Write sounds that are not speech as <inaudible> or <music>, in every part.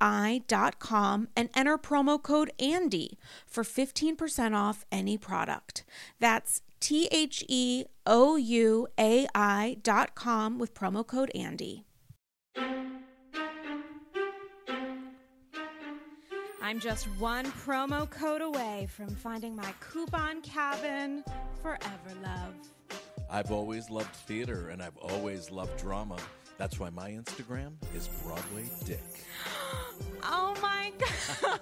ouai.com and enter promo code ANDY for 15% off any product. That's T H E O U A I.com with promo code ANDY. I'm just one promo code away from finding my coupon cabin forever, love. I've always loved theater and I've always loved drama. That's why my Instagram is Broadway Dick. oh my <laughs> god!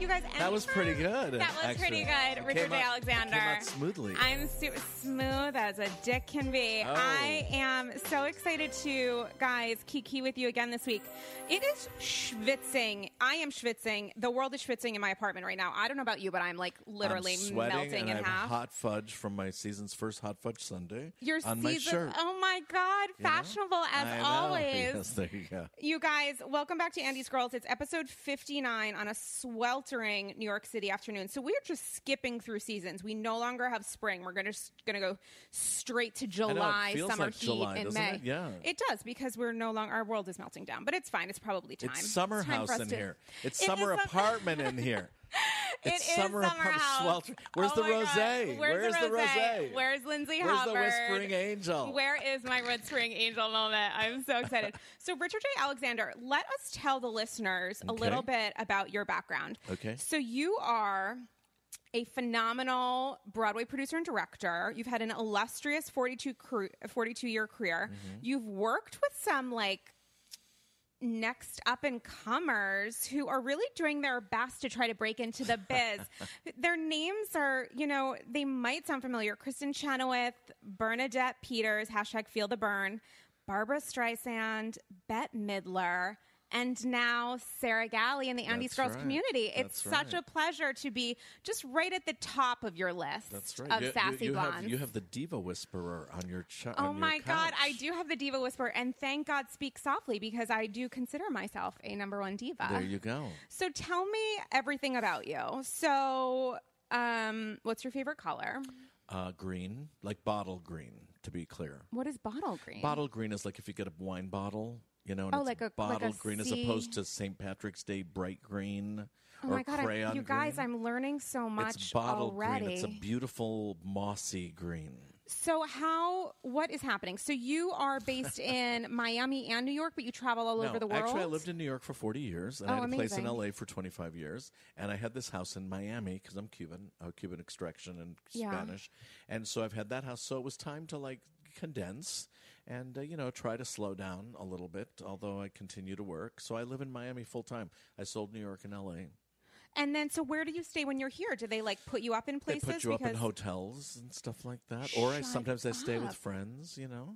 you guys, that was pretty good. That was actually. pretty good, It Richard came J. out- Alexander. It came out smoothly. I'm super smooth as a dick can be. Oh. I am so excited to, guys, kiki with you again this week. It is schwitzing. I am schwitzing. The world is schwitzing in my apartment right now. I don't know about you, but I'm like literally I'm sweating melting and I in have half. hot fudge from my season's first hot fudge Sunday Your on my season, shirt. oh my god, you know? fashionable as I know. <laughs> always. Yes, there you go. You guys, welcome back to Andy's Girls. It's episode 59 on a sweltering New York City afternoon. So we're just skipping through seasons. We no longer have spring. We're gonna gonna go straight to it July, feels summer like heat July, in doesn't May. it? Yeah. it does because we're no longer our world is melting down. But it's fine. It's probably time. It's summer time for us house in to- <laughs> here. It's It is summer sum- apartment in here. <laughs> It It's is summer, apartment house. swelter. Where's Oh the my God. rose? Where's, the rose? rosé? Where's Lindsay Where's the Hubbard? whispering angel? Where is my whispering angel moment? I'm so <laughs> excited. so, Richard J. Alexander, let us tell the listeners a Okay. little bit about your background. Okay. So, you are a phenomenal Broadway producer and director. You've had an illustrious 42 cru- 42 year career. Mm-hmm. You've worked with some like next up and comers who are really doing their best to try to break into <laughs> the biz. their names are, you know, they might sound familiar. Kristen Chenoweth, Bernadette Peters, hashtag feel the burn, Barbara Streisand, Bette Midler, and now Sarah Galley in the Andy's That's Girls right. community. It's That's such right. a pleasure to be just right at the top of your list That's of right. You- you- sassy you, blondes. Have, you have the diva whisperer on your ch- Oh my God, I do have the diva whisper, and thank God speak softly because I do consider myself a number one diva. There you go. So tell me everything about you. So, um, what's your favorite color? Uh, green, like bottle green, to be clear. What is bottle green? Bottle green is like if you get a wine bottle, you know, and Oh, it's like a- like bottle a green as sea- opposed to St. Patrick's Day bright green Oh or my God, crayon I'm, you guys, green. I'm learning so much it's bottle already. green. It's a beautiful mossy green. so how? What is happening? So you are <laughs> based in Miami and New York, but you travel all over No, the world. Actually, I lived in New York for 40 years, and I Oh, had a place in amazing. LA for 25 years, and I had this house in Miami because I'm Cuban, uh, Cuban extraction and Yeah. Spanish, and so I've had that house. So it was time to like condense and uh, you know try to slow down a little bit. Although I continue to work, so I live in Miami full time. I sold New York and LA. and then, so where do you stay when you're here? Do they like put you up in They places? put you up in Because- hotels and stuff like that, or I Shut sometimes I stay with up. friends. You know.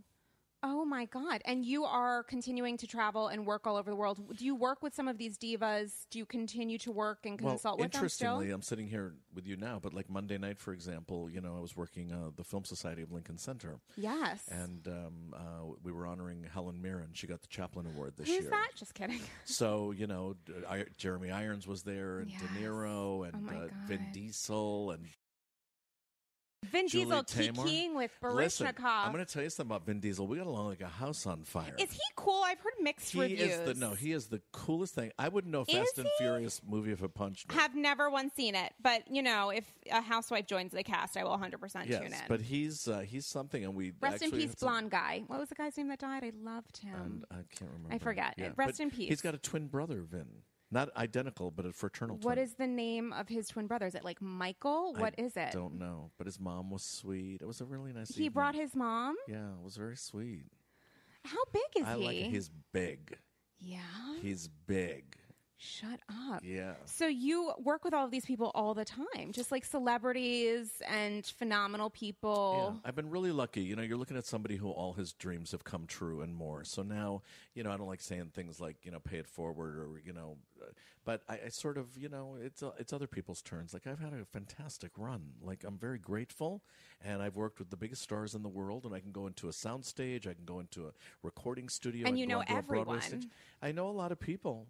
Oh my God. And you are continuing to travel and work all over the world. Do you work with some of these divas? Do you continue to work and consult with them interestingly, still? I'm sitting here with you now, but like Monday night, for example, you know, I was working uh, the Film Society of Lincoln Center, Yes. and um, uh, we were honoring Helen Mirren. She got the Chaplin Award this Who's year. that? Just kidding. <laughs> So you know, d- I, Jeremy Irons was there, and Yes. Oh De Niro, and my uh, Vin God. Diesel, and Vin Julie Diesel Taymor. kikiing with Listen, Baryshnikov. I'm going to tell you something about Vin Diesel. We got along like a house on fire. Is he cool? I've heard mixed he reviews. is the no. He is the coolest thing. I wouldn't know Fast and he? Furious movie if it punched me. Have never once seen it, but you know, if a housewife joins the cast, I will 100% yes, tune in. but he's uh, he's something, and we Rest in actually peace, had some- blonde guy. What was the guy's name that died? I loved him. And I can't remember. forgot. Rest but in peace. He's got a twin brother, Vin. Not identical, but a fraternal twin. what is the name of his twin brother? Is it like Michael? What is I it? Don't know. But his mom was sweet. It was a really nice. He evening. brought his mom. Yeah, it was very sweet. How big is I he? like. it. He's big. yeah. He's big. Shut up. Yeah. So you work with all of these people all the time, just like celebrities and phenomenal people. Yeah. I've been really lucky. You know, you're looking at somebody who all his dreams have come true and more. So now, you know, I don't like saying things like, you know, pay it forward or, you know, uh, but I, I sort of, you know, it's uh, it's other people's turns. Like I've had a fantastic run. Like I'm very grateful, and I've worked with the biggest stars in the world, and I can go into a soundstage, I can go into a recording studio, And I you can go know onto a Broadway everyone. stage. I know a lot of people.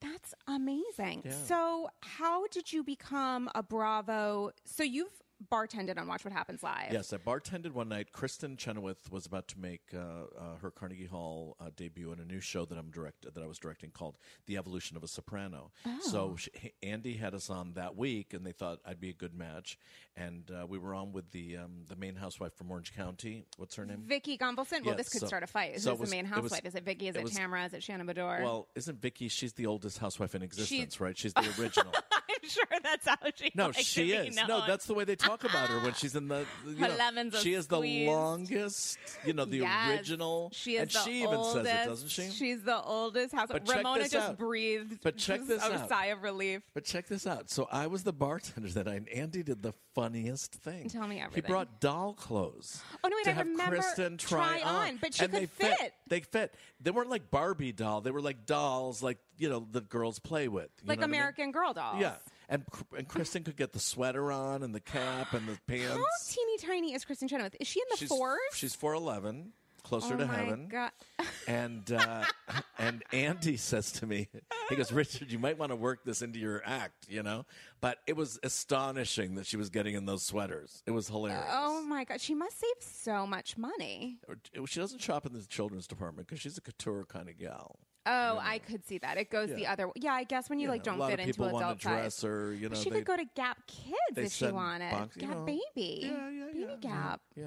That's amazing. Yeah. So how did you become a Bravo? So you've bartended on Watch What Happens Live. Yes, I bartended one night. Kristen Chenoweth was about to make uh, uh, her Carnegie Hall uh, debut in a new show that I'm direct that I was directing called The Evolution of a Soprano. So she, Andy had us on that week, and they thought I'd be a good match. And uh, we were on with the um, the main housewife from Orange County. What's her name? Vicky Gumbelson. Well, Yeah, this could so- start a fight. so it Who's was- the main it was- housewife? is it Vicky? Is it it, was- Tamara? Is it Shannon Bedore? Well, isn't Vicky? She's the oldest housewife in existence, She's- right? She's the original. <laughs> I'm sure that's how she. <laughs> No, likes she to be is. known. No, that's the way they talk about her when she's <laughs> in the. You know, lemons are she is the squeezed. longest. You know, the Yes. original. She is and the she oldest, even says it, doesn't she? She's the oldest house. But check Ramona this just out. breathed. But check just this a out. sigh of relief. But check this out. So I was the bartender that night, and Andy did the funniest thing. Tell me He everything. brought doll clothes. Oh, no, wait, to I have remember Kristen try on, but she and could they fit. They fit. They weren't like Barbie doll. They were like dolls, like you know, that girls play with. you Like know what I mean? American Girl dolls. Yeah, and and Kristen could get the sweater on and the cap and the pants. How teeny tiny is Kristen Chenoweth? Is she in the she's, fours? She's four eleven, closer oh to my heaven. God. <laughs> And uh, <laughs> and Andy says to me, he goes, Richard, you might want to work this into your act, you know. But it was astonishing that she was getting in those sweaters. It was hilarious. Oh my God. She must save so much money. She doesn't shop in the children's department because she's a couture kind of gal. Oh, I could see that. It goes the Yeah. other way. Yeah, I guess when you, like know, a don't lot fit of into people wanna adult dress size. her, you But know, she they- could go to Gap Kids they if she send wanted. box- you Gap know. Baby. Yeah, yeah, Baby yeah, Gap. Yeah.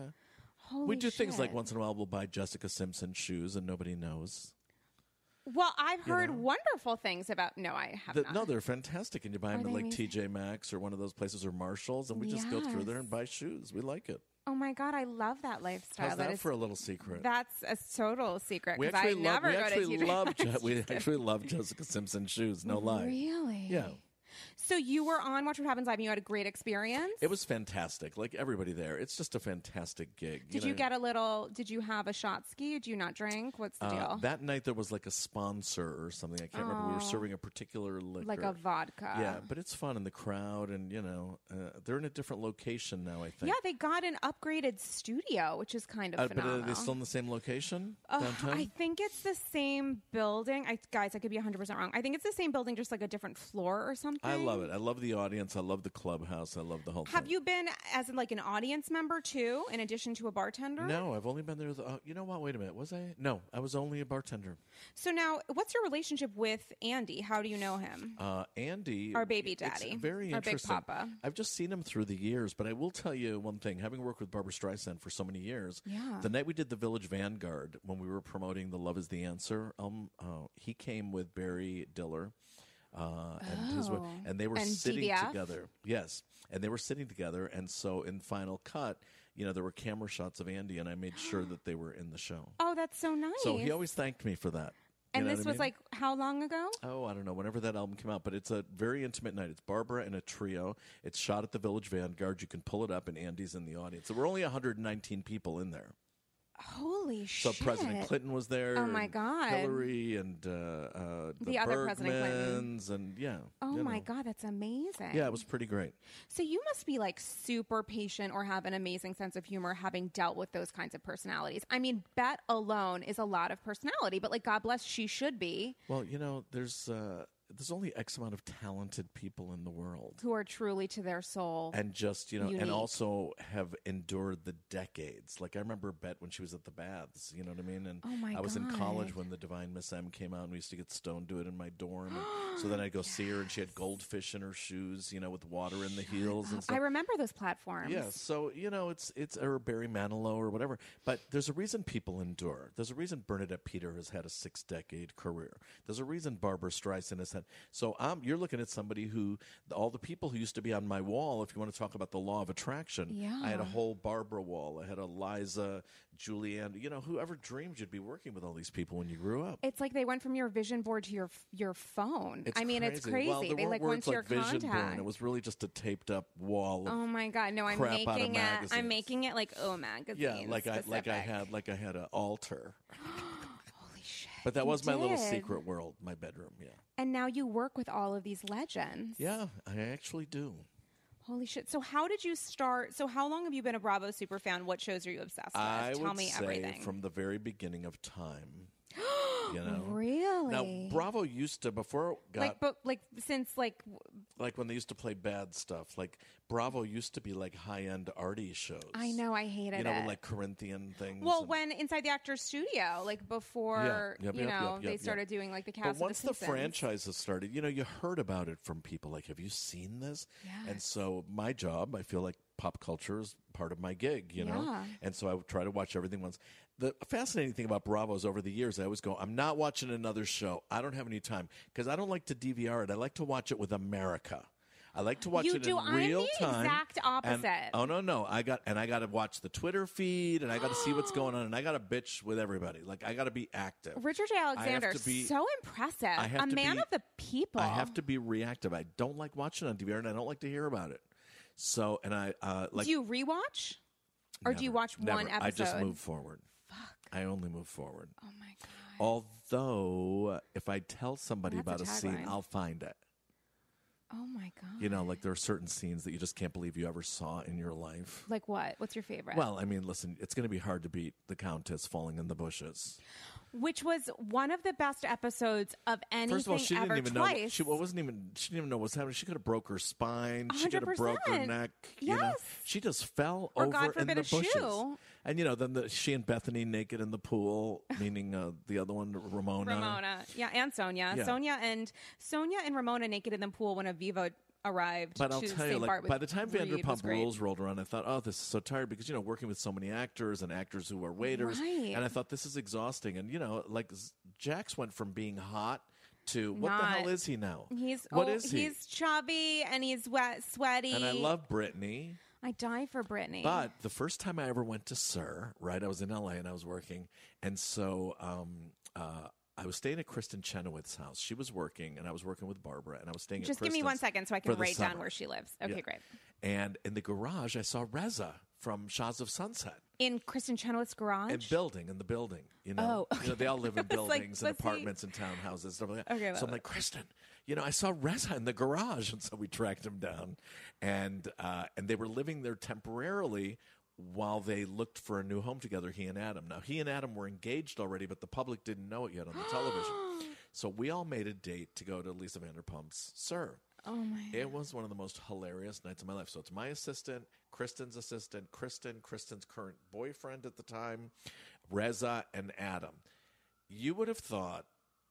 Holy we do things like shit. once in a while we'll buy Jessica Simpson shoes and nobody knows. Well, I've You heard know? wonderful things about. No, I have The, not. no, they're fantastic, and you buy Are them at they like amazing? TJ Maxx or one of those places or Marshalls, and we just go through there Yes. and buy shoes. We like it. oh my god, I love that lifestyle. How's that, is- for a little secret? That's a total secret we because I actually love. never We go actually to TJ <laughs> love. Je- Maxx. we actually love Jessica Simpson shoes. No lie. Really? Yeah. So you were on Watch What Happens Live and you had a great experience. It was fantastic. Like everybody there, it's just a fantastic gig. did know? you get a little? Did you have a shot ski? Did you not drink? What's the Uh, deal? that night there was like a sponsor or something. I can't remember. We were Oh. serving a particular liquor. like a vodka. yeah, but it's fun in the crowd, and you know uh, they're in a different location now. I think. Yeah, they got an upgraded studio, which is kind of Uh, but are phenomenal. they still in the same location Ugh, downtown? I think it's the same building. I guys, I could be 100% wrong. I think it's the same building just like a different floor or something. I love it. I love the audience. I love the clubhouse. I love the whole Have thing. you been as in, like an audience member too in addition to a bartender? No, I've only been there. The, uh, you know what? Wait a minute. Was I? No, I was only a bartender. So now, what's your relationship with Andy? How do you know him? Uh, Andy, Our baby it's daddy, very our big interesting. papa. I've just seen him through the years, but I will tell you one thing: having worked with Barbara Streisand for so many years, Yeah. the night we did the Village Vanguard when we were promoting the Love Is the Answer, um, uh, he came with Barry Diller. Uh, and his wife, Oh. and they were And sitting DBF? together. Yes, and they were sitting together. And so in Final Cut, you know, there were camera shots of Andy, and I made sure that they were in the show. oh, that's so nice. So he always thanked me for that. You and know this what I was mean? like how long ago? oh, I don't know, whenever that album came out, but it's a very intimate night. It's Barbara and a trio. It's shot at the Village Vanguard. You can pull it up, and Andy's in the audience. There were only 119 people in there. Holy So shit! President Clinton was there. Oh, my and God. Hillary and uh, uh, the, The other President Clinton. Bergmans and yeah. Oh you my know. god, that's amazing. Yeah, it was pretty great. So you must be like super patient or have an amazing sense of humor having dealt with those kinds of personalities. I mean, Bet alone is a lot of personality, but like God bless, she should be Well, you know, there's uh, there's only X amount of talented people in the world. who are truly to their soul. and just you know Unique. and also have endured the decades like i remember bet when she was at the baths you know what i mean and Oh my i was in college God. when the divine miss m came out and we used to get stoned to it in my dorm and <gasps> so then i'd go see her and she had goldfish in her shoes you know with water in the heels and I stuff remember those platforms. yeah, so you know it's it's or Barry Manilow or whatever, but there's a reason people endure. There's a reason Bernadette Peter has had a six decade career. There's a reason Barbara Streisand has had. So I'm you're looking at somebody who all the people who used to be on my wall. If you want to talk about the law of attraction, I had a Yeah. whole Barbara wall. I had a Liza, Julianne. You know, whoever dreamed you'd be working with all these people when you grew up. It's like they went from your vision board to your your phone. It's I mean, it's crazy. Well, there they weren't like went words to your vision board, contact. and It was really just a taped up wall. Of oh my god, no! I'm crap out of making it. magazines. I'm making it like oh magazine. yeah, like I like I specific. had like I had an altar. <gasps> Holy shit! But that you was my little did. secret world, my bedroom. Yeah. And now you work with all of these legends. Yeah, I actually do. Holy shit! So how did you start? So how long have you been a Bravo super fan? What shows are you obsessed with? I Tell would me say everything. from the very beginning <gasps> of time. you know. really? Now Bravo used to before it got like, but like since like w- like when they used to play bad stuff, like Bravo used to be like high end arty shows. I know I hated You know, it. with like Corinthian things. well, and- when Inside the Actors Studio, like before yep, you yep, yep, know yep, they yep. started doing like the cast. But once of the, the, Simpsons. franchises started, you know, you heard about it from people like, have you seen this? And so my job, I feel like pop culture is part of my gig, you know? Yeah. And so I would try to watch everything once. The fascinating thing about Bravo's over the years, I always go, I'm not watching another show. I don't have any time because I don't like to DVR it. I like to watch it with America. I like to watch You it do. in I'm real the time. exact and- opposite. oh no, no, I got and I got to watch the Twitter feed, and I got to see <gasps> what's going on, and I got to bitch with everybody. Like I got to be active. Richard J. Alexander, to be- so impressive. I have A to man be- of the people. I have to be reactive. I don't like watching on DVR, and I don't like to hear about it. So, and I uh, like. do you rewatch, or do you Never, watch one episode? never. I just move forward. Fuck. I only move forward. Oh my god! Although, if I tell somebody That's a about a, scene, tagline. I'll find it. Oh my god! You know, like there are certain scenes that you just can't believe you ever saw in your life. like what? What's your favorite? Well, I mean, listen, it's going to be hard to beat the Countess falling in the bushes. which was one of the best episodes of anything First of all, she ever didn't even twice. know. She well, wasn't even. She didn't even know what's happening. She could have broke her spine. She could have broke her 100%. neck. You know? Yes. She just fell Or over God in forbid, the a shoe. bushes. And you know, then the, she and Bethany naked in the pool, meaning uh, the other one, Ramona. Ramona, yeah, and Sonia, Yeah. Sonia and Sonia and Ramona naked in the pool when Aviva arrived. But to I'll tell you, St. like Bart by with the time Reed was Vanderpump great. Rules rolled around, I thought, oh, this is so tired because you know working with so many actors and actors who are waiters, Right. and I thought this is exhausting. And you know, like Z- Jax went from being hot to what the Not- hell is he now? He's What old- is he? He's chubby and he's wet, sweaty. and I love Brittany. I die for Britney. But the first time I ever went to Sir, right, I was in LA and I was working, and so um, uh, I was staying at Kristen Chenoweth's house. She was working, and I was working with Barbara, and I was staying. just at give me one Kristen's second so I for can the write down summer. where she lives. Okay, Yeah. great. And in the garage, I saw Reza from Shaws of Sunset In Kristen Chenoweth's garage. and building in the building. You know, Oh, you know, they all live <laughs> in I was like, buildings and was he- apartments and townhouses and stuff like that. Okay, so that- I'm like, Kristen, you know, I saw Reza in the garage, <laughs> and so we tracked him down, and uh, and they were living there temporarily while they looked for a new home together. He and Adam. Now he and Adam were engaged already, but the public didn't know it yet on the television. <gasps> So we all made a date to go to Lisa Vanderpump's Sir. oh my. It was one of the most hilarious nights of my life. So it's my assistant, Kristen's assistant, Kristen, Kristen's current boyfriend at the time, Reza, and Adam. You would have thought,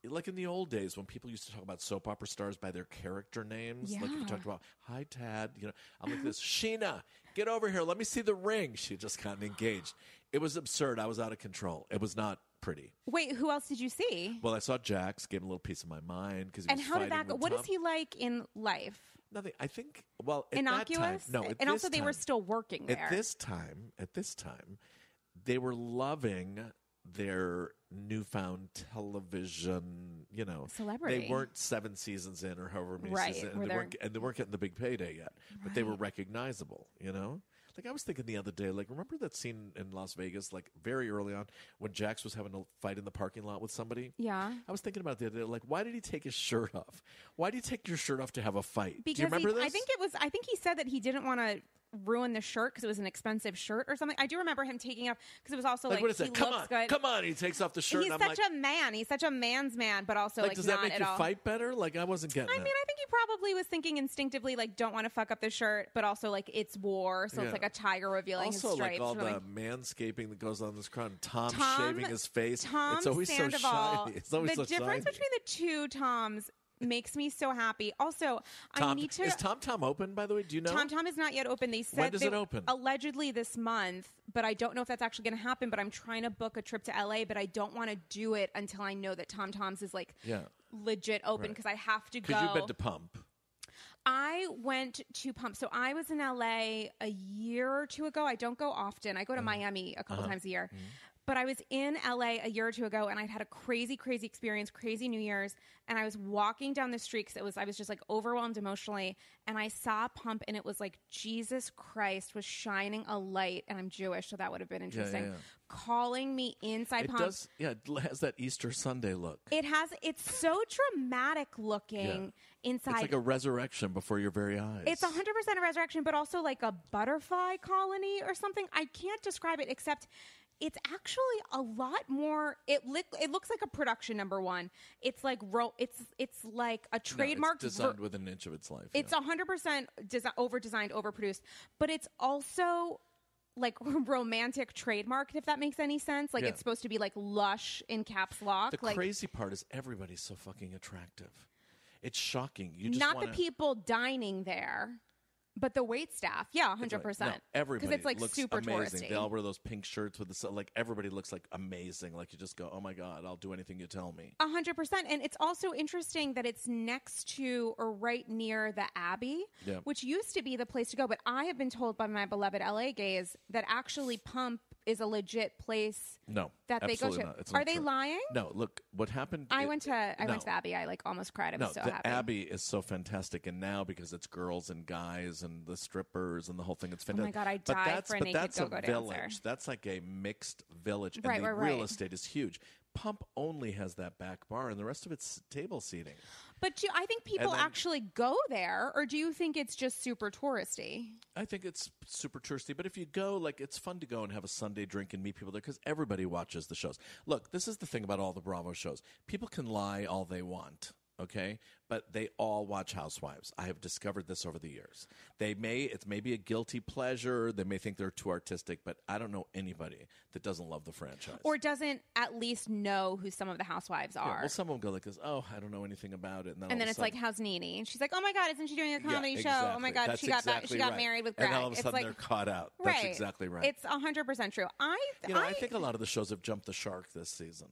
like in the old days when people used to talk about soap opera stars by their character names, like if you Yeah. talked about, hi, Tad, you know, I'm like this, Sheena, get over here. Let me see the ring. She had just gotten engaged. It was absurd. I was out of control. It was not pretty. Wait, who else did you see? Well, I saw Jax, gave him a little piece of my mind because he and was how did fighting that go? with What is Tom. he like in life? Nothing. I think. Well, at Innocuous. That time, no, at and also this they were time- still working there. At this time, at this time, they were loving their newfound television. You know, Celebrity. They weren't seven seasons in or however many Right, seasons, and where they they're- weren't and they weren't getting the big payday yet, but they were recognizable. You know. Like I was thinking the other day, like remember that scene in Las Vegas, like very early on when Jax was having a fight in the parking lot with somebody. yeah. I was thinking about it the other day, like why did he take his shirt off? Why did he take your shirt off to have a fight? Because Do you remember he, this? I think it was I think he said that he didn't want to ruin the shirt because it was an expensive shirt or something. I do remember him taking off because it was also like, like, what is he that? Come on, looks good. come on! He takes off the shirt. He's and I'm such like, a man. He's such a man's man, but also like, like does not that make at you all. fight better? Like, I wasn't getting I it. mean, I think he probably was thinking instinctively, like, don't want to fuck up the shirt, but also like it's war, so Yeah. it's like a tiger revealing his also, stripes. like all or something. the manscaping that goes on in this crown. Tom, Tom- shaving his face. Tom it's always so Sandoval. shiny. <laughs> It's always the so difference shiny. between the two Toms makes me so happy. Also, I Tom, need to. Is Tom Tom open? By the way, do you know? Tom Tom is not yet open. They said does they- it open? Allegedly this month, but I don't know if that's actually going to happen. But I'm trying to book a trip to LA, but I don't want to do it until I know that Tom Tom's is like Yeah, legit open Right. because I have to go. because you've been to Pump. I went to Pump. So I was in LA a year or two ago. I don't go often. I go Mm-hmm. to Miami a Uh-huh. couple times a year. But I was in LA a year or two ago and I'd had a crazy, crazy experience, crazy New Year's. And I was walking down the street because it was I was just like overwhelmed emotionally. And I saw Pump and it was like Jesus Christ was shining a light. And I'm Jewish, so that would have been interesting. yeah. Calling me inside It Pump. does. Yeah, it has that Easter Sunday look. It has it's so dramatic looking inside it's like a resurrection before your very eyes. It's a hundred percent a resurrection, but also like a butterfly colony or something. I can't describe it except it's actually a lot more. It li- it looks like a production number one. It's like ro- it's it's like a No, it's trademark. designed with an inch of its life. it's yeah. a hundred percent over designed, overproduced, but it's also like <laughs> romantic trademarked. If that makes any sense, like Yeah. it's supposed to be like lush in caps lock. the like crazy part is everybody's so fucking attractive. It's shocking. You just not wanna, the people dining there, but the wait staff. Yeah, It's hundred like, percent. No, everybody it's like looks super amazing. touristy. They all wear those pink shirts with the so- like. Everybody looks like amazing. Like you just go, oh my god, I'll do anything you tell me. A hundred percent, and it's also interesting that it's next to or right near the Abbey, Yeah. which used to be the place to go. But I have been told by my beloved LA gays that actually Pump is a legit place No, that they go absolutely to. not. It's Are not they true. lying? No, look what happened. I it- went to I no. went to the Abbey. I like almost cried. I was No, so the happy. Abbey is so fantastic, and now because it's girls and guys and the strippers and the whole thing, it's Oh my fantastic. God, I but died that's, for a but naked that's go-go a dancer. village. That's like a mixed village, and Right, the right, real right. estate is huge. Pump only has that back bar, and the rest of it's table seating. But do I think people then- actually go there, or do you think it's just super touristy? I think it's super touristy, but if you go, like, it's fun to go and have a Sunday drink and meet people there because everybody watches the shows. Look, this is the thing about all the Bravo shows people can lie all they want. Okay, but they all watch Housewives. I have discovered this over the years. They may it's maybe a guilty pleasure. They may think they're too artistic, but I don't know anybody that doesn't love the franchise. or doesn't at least know who some of the housewives Yeah, are. well, some will go like this. Oh, I don't know anything about it, and then, all and then of a it's like, sudden- how's Nene? And she's like, oh my god, isn't she doing a Yeah, comedy show? Oh my exactly. god, That's she got exactly that. She got right. married with Greg. and all of a it's sudden like, they're caught out. That's right. exactly right. It's hundred percent true. I, You know, I, I think a lot of the shows have jumped the shark this season.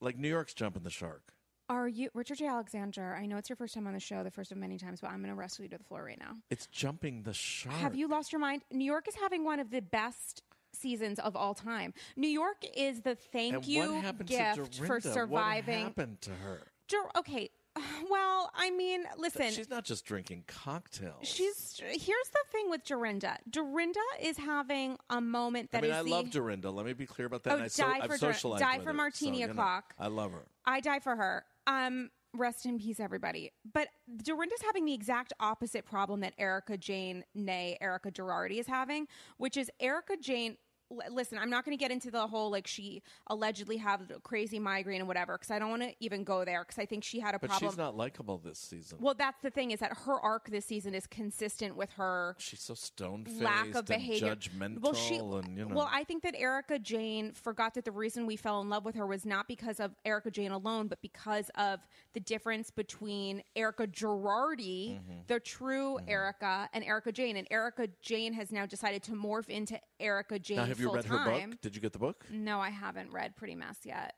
Like New York's jumping the shark. Are you Richard J. Alexander? I know it's your first time on the show, the first of many times, but I'm going to wrestle you to the floor right now. It's jumping the shark. Have you lost your mind? New York is having one of the best seasons of all time. New York is the thank and you what happened to gift Dorinda? for What surviving. happened to her? Dur- okay, <sighs> well, I mean, listen. She's not just drinking cocktails. She's here's the thing with Dorinda. Dorinda is having a moment I that is mean, I the love Dorinda. Let me be clear about that. Oh, and I so, die I've for Dor- socialized die with for her, so, Martini you know, O'Clock. I love her. I die for her. Um, rest in peace, everybody. But Dorinda's having the exact opposite problem that Erica Jane, nay, Erica Gerardi is having, which is Erica Jane. l- Listen, I'm not going to get into the whole like she allegedly had a crazy migraine and whatever because I don't want to even go there because I think she had a But problem. she's not likable this season. well, that's the thing is that her arc this season is consistent with her she's so stone faced, lack of behavior. and judgmental, well, she, and you know. well, I think that Erica Jane forgot that the reason we fell in love with her was not because of Erica Jane alone, but because of the difference between Erica Girardi, Mm-hmm. the true Erica, and Erica Jane. And Erica Jane has now decided to morph into Erica Jane. now, have you full read her time. book? Did you get the book? No, I haven't read Pretty Mess yet.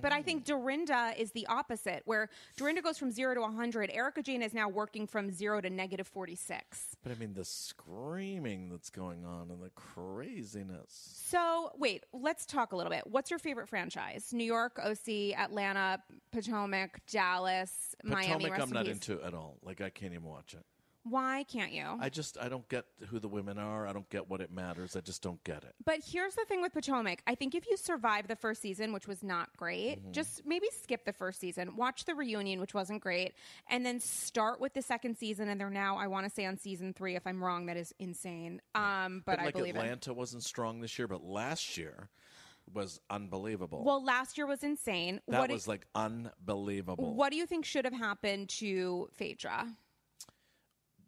But Mm. I think Dorinda is the opposite, where Dorinda goes from zero to 100. Erica Jane is now working from zero to negative 46. But I mean, the screaming that's going on and the craziness. So, wait, let's talk a little bit. What's your favorite franchise? New York, OC, Atlanta, Potomac, Dallas, Miami. Potomac, Rest I'm in not peace. into at all. Like, I can't even watch it. Why can't you? I just, I don't get who the women are. I don't get what it matters. I just don't get it. but here's the thing with Potomac. I think if you survive the first season, which was not great, Mm-hmm. just maybe skip the first season, watch the reunion, which wasn't great, and then start with the second season. And they're now, I want to say, on season three. If I'm wrong, that is insane. Um, but, like I believe it. Atlanta wasn't strong this year, but last year was unbelievable. Well, last year was insane. that what, do- was like unbelievable. what do you think should have happened to Phaedra?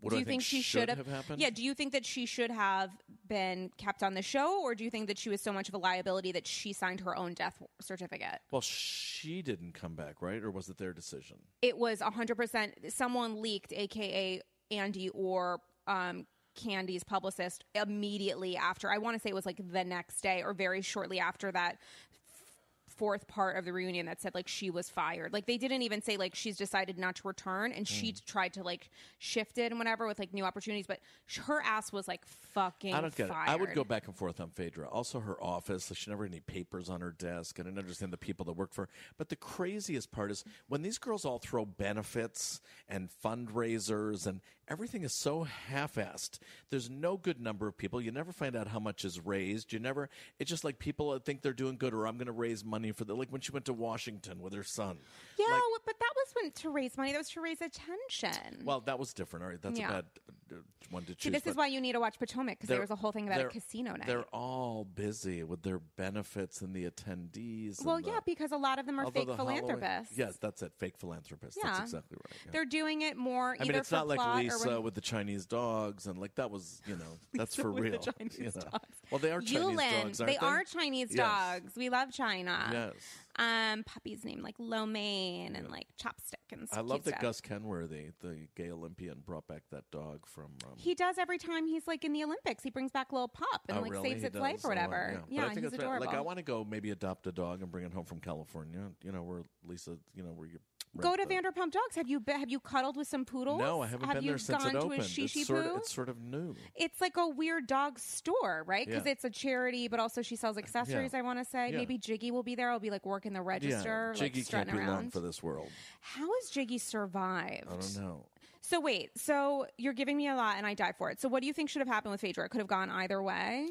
What do I you think, she should have, happened? Yeah, do you think that she should have been kept on the show, or do you think that she was so much of a liability that she signed her own death certificate? Well, she didn't come back, right? Or was it their decision? It was 100% someone leaked, aka Andy or um, Candy's publicist, immediately after. I want to say it was like the next day or very shortly after that f- fourth part of the reunion that said like she was fired like they didn't even say like she's decided not to return and she Hmm. tried to like shift it and whatever with like new opportunities but sh- her ass was like fucking I don't get fired. it. I would go back and forth on Phaedra. Also, her office, like she never had any papers on her desk. I didn't understand the people that work for her. But the craziest part is when these girls all throw benefits and fundraisers and everything is so half-assed. There's no good number of people. You never find out how much is raised. You never. It's just like people think they're doing good or I'm going to raise money for the like when she went to Washington with her son. Yeah, Like, w- but that was when to raise money. That was to raise attention. well, that was different. All right, that's Yeah. a bad uh, one to choose. See, this but- is why you need to watch Potomac because there they're- was a whole thing about a they're- casino night. They're all busy with their benefits and the attendees. and well, the- yeah, because a lot of them are uh, although fake the Halloween- philanthropists. yes, that's it. Fake philanthropists. Yeah. That's exactly right. yeah. they're doing it more. I either mean, it's for not like plot or Lisa when- with the Chinese dogs, and like that was, <laughs> you know, that's for with the real. Chinese you know. dogs. Well, they are Chinese Yulin. dogs, they, aren't they? are Chinese Yes. dogs. We love China. Yes. Um, puppies named like Lo Mein and like Chopstick and I love cute that stuff. Gus Kenworthy, the gay Olympian, brought back that dog from. Um, He does every time he's like in the Olympics. He brings back little pup and oh, like really? saves He its life does? or Oh, wow, whatever. But I think he's that's right. adorable. Like, I want to go maybe adopt a dog and bring it home from California. You know, where Lisa, you know, where you Go rent to the- Vanderpump Dogs. Have you been, have you cuddled with some poodles? No, I haven't have been you there since gone it opened. To a shishi it's, sort poo? of, it's sort of new. It's like a weird dog store, right? Because Yeah. it's a charity, but also she sells accessories. I want to say Yeah. maybe Jiggy will be there. I'll be like working the register, yeah, Jiggy like can't strutting be long around. for this world. How has Jiggy survived? I don't know. So wait, so you're giving me a lot, and I die for it. So what do you think should have happened with Phaedra? It could have gone either way.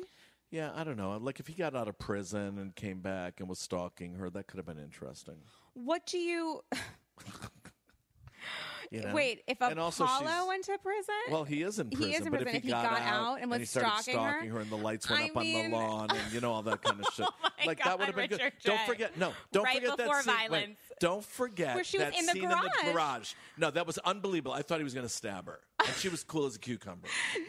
Yeah, I don't know. Like if he got out of prison and came back and was stalking her, that could have been interesting. What do <laughs> you you know? wait? If And Apollo also she's- went to prison, Well, he is in He is prison. in but prison. if he, got, out and was he started stalking stalking her- her, and the lights went I up on mean- <laughs> Oh the lawn and you know all that kind of shit, my like God, that would have been good. Richard Don't J. forget, no, don't Right forget before that scene. wait, violence. don't forget Where she was that in the scene in garage. the garage. No, that was unbelievable. I thought he was going to stab her, and she was cool as a cucumber.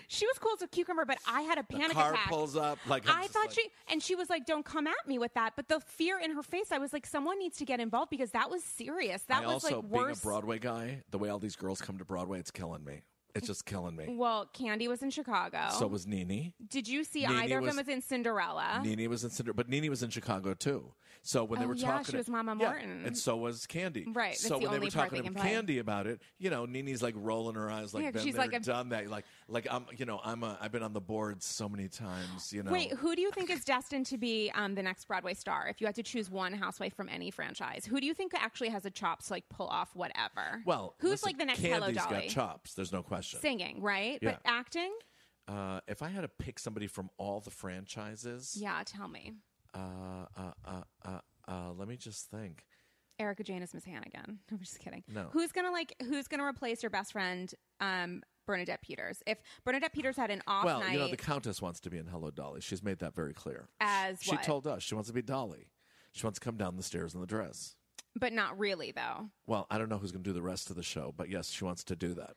she was cool as a cucumber, but I had a panic Car attack. pulls up. Like I'm I just thought like- she and she was like, "Don't come at me with that." But the fear in her face, I was like, "Someone needs to get involved because that was serious. That I was also like being a worse." Broadway guy, the way all these girls come to Broadway, it's killing me. It's just killing me. well, Candy was in Chicago. So was Nene. Did you see Nene either of them was- was in Cinderella? Nene was in Cinder, but Nene was in Chicago too. So when they Oh, were yeah, talking, she was Mama yeah, Morton. and so was Candy. Right, that's So the when they only were part talking they can to play. Candy about it, you know, Nini's like rolling her eyes, like Yeah, been she's there, like a- done that, like like I'm, you know, I'm a, I've been on the board so many times, you know. Wait, who do you think is destined to be um, the next Broadway star? If you had to choose one housewife from any franchise, who do you think actually has the chops to like pull off whatever? Well, who's listen, like the next Hello Candy's Dolly? got chops. There's no question. Singing, right? Yeah. But acting? Uh, if I had to pick somebody from all the franchises, Yeah, tell me. uh, uh, uh, uh, uh, let me just think. Erica Jane is Miss Hannigan. <laughs> I'm just kidding. No. Who's gonna like? Who's gonna replace your best friend, um, Bernadette Peters? If Bernadette Peters had an off well, night you know, the Countess wants to be in Hello Dolly. She's made that very clear. as she what? told us she wants to be Dolly. She wants to come down the stairs in the dress. but not really though. Well, I don't know who's going to do the rest of the show, but yes, she wants to <laughs> do that.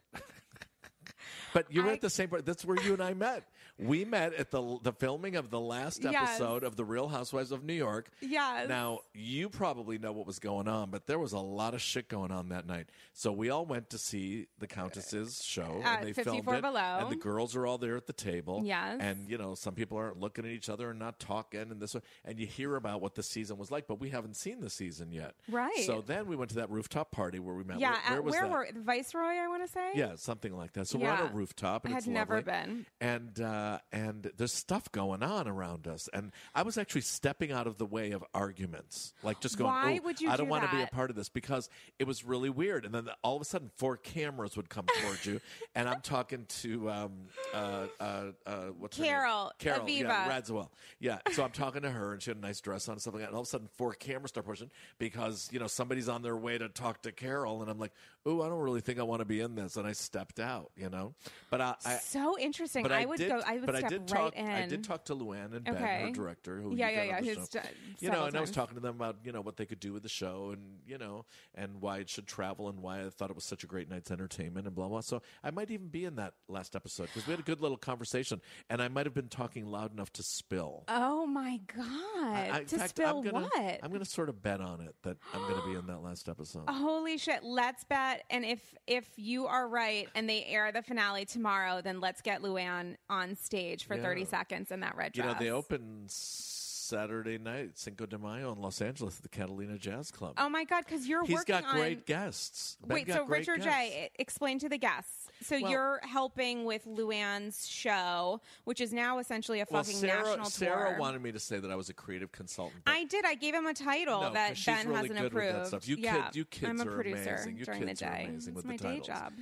but you were I- at the same part. That's where you and I met. We met at the the filming of the last Yes. episode of The Real Housewives of New York. Yes. Now, you probably know what was going on, but there was a lot of shit going on that night. So we all went to see the Countess's show, At and they 54 filmed it. Below. And the girls are all there at the table. Yes. And you know, some people aren't looking at each other and not talking, and this, and you hear about what the season was like, but we haven't seen the season yet. Right. So then we went to that rooftop party where we met. yeah. Where, where at, was where that? were Viceroy? I want to say. Yeah, something like that. So we're on Yeah. a rooftop, and I had it's never lovely. been. And uh, and there's stuff going on around us, and I was actually stepping out of the way of arguments, like just going, Why "Oh, would you I don't do want to be a that?" part of this because it was really weird." And then the- all of a sudden, four cameras would come towards you, and I'm talking to um, uh, uh, uh, what's her name? Carol, Carol, yeah, Aviva. Radziwill, yeah. So I'm talking to her, and she had a nice dress on, and stuff like that. And all of a sudden, four cameras start pushing because you know somebody's on their way to talk to Carol, and I'm like, "Ooh, I don't really think I want to be in this," and I stepped out, you know. But I, I so interesting. but I, I, would did, go. I would but step I did right talk. in. I did talk to Luann and Ben, Okay. her director, who Yeah, yeah, you've had on yeah, the who's show. done you know, several and I was times. talking to them about you know what they could do with the show, and you know, and why it should travel, and why I thought it was such a great night's entertainment, and blah blah. So I might even be in that last episode because we had a good little conversation, and I might have been talking loud enough to spill. Oh my god! I- I- in to fact, spill I'm gonna, what? Oh, I'm going to sort of bet on it that I'm going to be in that last <gasps> episode. Holy shit! Let's bet. And if if you are right, and they air the finale tomorrow, then let's get Luann on stage for Yeah. thirty seconds in that red you dress. know, they open Saturday night Cinco de Mayo in Los Angeles at the Catalina Jazz Club. Oh my god! Because you're He's working got on. great guests. Ben Wait, got so great Richard J, guests. i- explain to the guests. So Well- you're helping with Luann's show, which is now essentially a Well, fucking Sarah, national tour. Sarah wanted me to say that I was a creative consultant. but I did. I gave him a title no, that 'cause she's Ben really hasn't good approved. With that stuff. You, yeah, kid, you kids I'm a are producer amazing. You during kids the day. are amazing it's with my the day titles. job.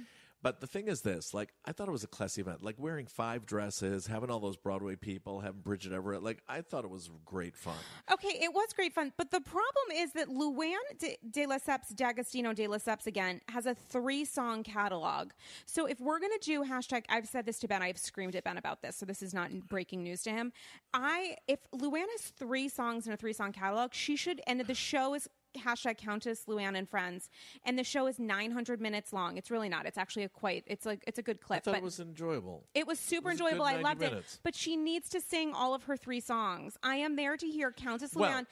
But the thing is this, like I thought it was a classy event. Like wearing five dresses, having all those Broadway people, having Bridget Everett, like I thought it was great fun. Okay, it was great fun, but the problem is that Luann de, de Lesseps, D'Agostino de Lesseps again, has a three-song catalog. So if we're gonna do hashtag, I've said this to Ben, I've screamed at Ben about this, so this is not breaking news to him. I if Luann has three songs in a three-song catalog, she should, and the show is hashtag Countess Luann and Friends, and the show is 900 minutes long. It's really not. It's actually a quite. It's like it's a good clip. I thought but it was enjoyable. It was super It was a good enjoyable. I 90 loved minutes. it. But she needs to sing all of her three songs. I am there to hear Countess Well- Leon.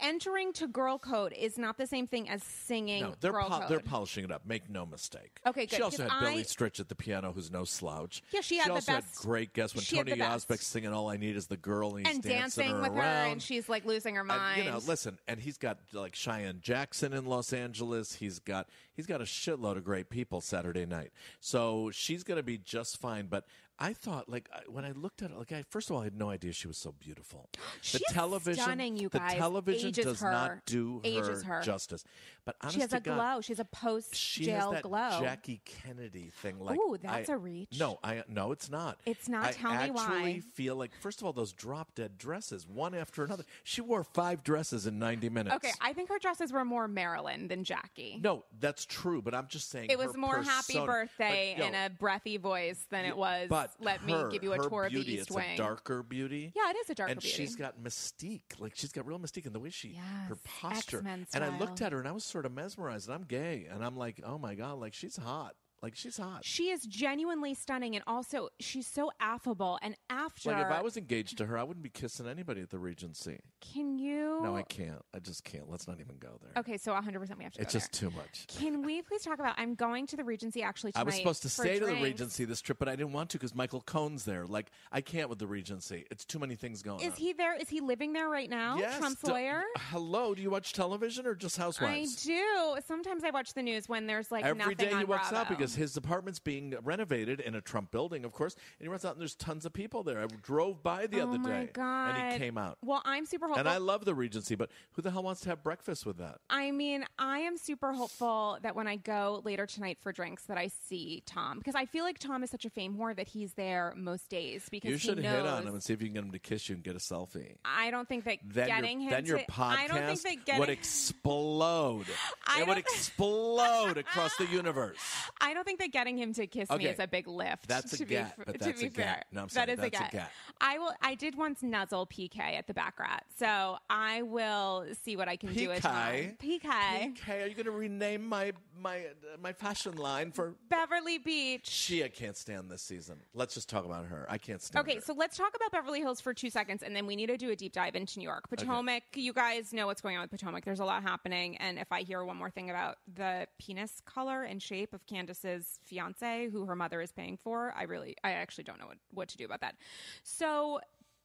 Entering to girl code is not the same thing as singing No, they're girl pol- code. they're polishing it up. Make no mistake. Okay, She good, also 'cause had Billy I- Stritch at the piano, who's no slouch. Yeah, she had the also best- had great guests when she had Tony the best. Osbeck's singing "All I Need Is the Girl" and he's and dancing, her with around. her, and she's like losing her mind. And, you know, listen, and he's got like Cheyenne Jackson in Los Angeles. He's got he's got a shitload of great people Saturday night. So she's going to be just fine. But I thought, like I- when I looked at it, like I first of all I had no idea she was <gasps> so beautiful. The She's stunning, you guys. The television Ages does her. not do Ages her. justice. But honest she has to a God, glow. She has a post she has jail that glow. Jackie Kennedy thing. Like, Ooh, that's a a reach. No, I no, it's not. It's not. I Tell me actually why. feel like first of all, those drop dead dresses, one after another. She wore five dresses in ninety minutes. okay, I think her dresses were more Marilyn than Jackie. no, that's true, but I'm just saying It was her more persona- happy birthday but, yo, in a breathy voice than it was. But let her- me give you a her tour of beauty, the East it's Wing. A darker beauty. Yeah, it is a darker and beauty. she's got mystique. Like she's got real mystique in the way she her Yes, posture. X-Men And I looked style. at her and I was sort of mesmerized. And I'm gay, and I'm like, oh my god, like she's hot. Like she's hot. She is genuinely stunning, and also she's so affable. And after, Like if I was engaged to her, I wouldn't be kissing anybody at the Regency. can you? No, I can't. I just can't. Let's not even go there. Okay, so 100 percent we have to. It's go just there. too much. Can we please talk about? I'm going to the Regency actually. Tonight I was supposed to for stay to the drinks. Regency this trip, but I didn't want to because Michael Cohn's there. Like I can't with the Regency. It's too many things going on. Is he there? Is he living there right now? Yes, Trump's do- lawyer. Hello, do you watch television or just I Housewives? do. Sometimes I watch the news when there's like Every nothing day on he walks out Bravo. because his apartment's being renovated in a Trump building, of course. And he runs out and there's tons of people there. I drove by the oh other my day god! and he came out. Well, I'm super hopeful. And I love the Regency, but who the hell wants to have breakfast with that? I mean, I am super hopeful that when I go later tonight for drinks, that I see Tom because I feel like Tom is such a fame whore that he's there most days because You should he hit knows. on him and see if you can get him to kiss you and get a selfie. I don't think that Then getting him your, then your to, podcast I don't think that getting would explode. <laughs> I it would don't- explode across the universe. I don't think that getting him to kiss Okay. me is a big lift. That's a to get, Be, f- but to that's be a get. fair, No, I'm that sorry, is that's a, a get. get. I will. I did once nuzzle PK at the back rat, so I will see what I can <laughs> do. With PK? Tom. PK, Okay, are you going to rename my my uh, my fashion line for Beverly Beach. she? I can't stand this season. Let's just talk about her. I can't stand. Okay, her. so let's talk about Beverly Hills for two seconds, and then we need to do a deep dive into New York. Potomac, you guys know what's going on with Potomac. There's a lot happening, and if I hear one more thing about the penis color and shape of Candace's fiance, who her mother is paying for, I really, I actually don't know what, what to do about that. So.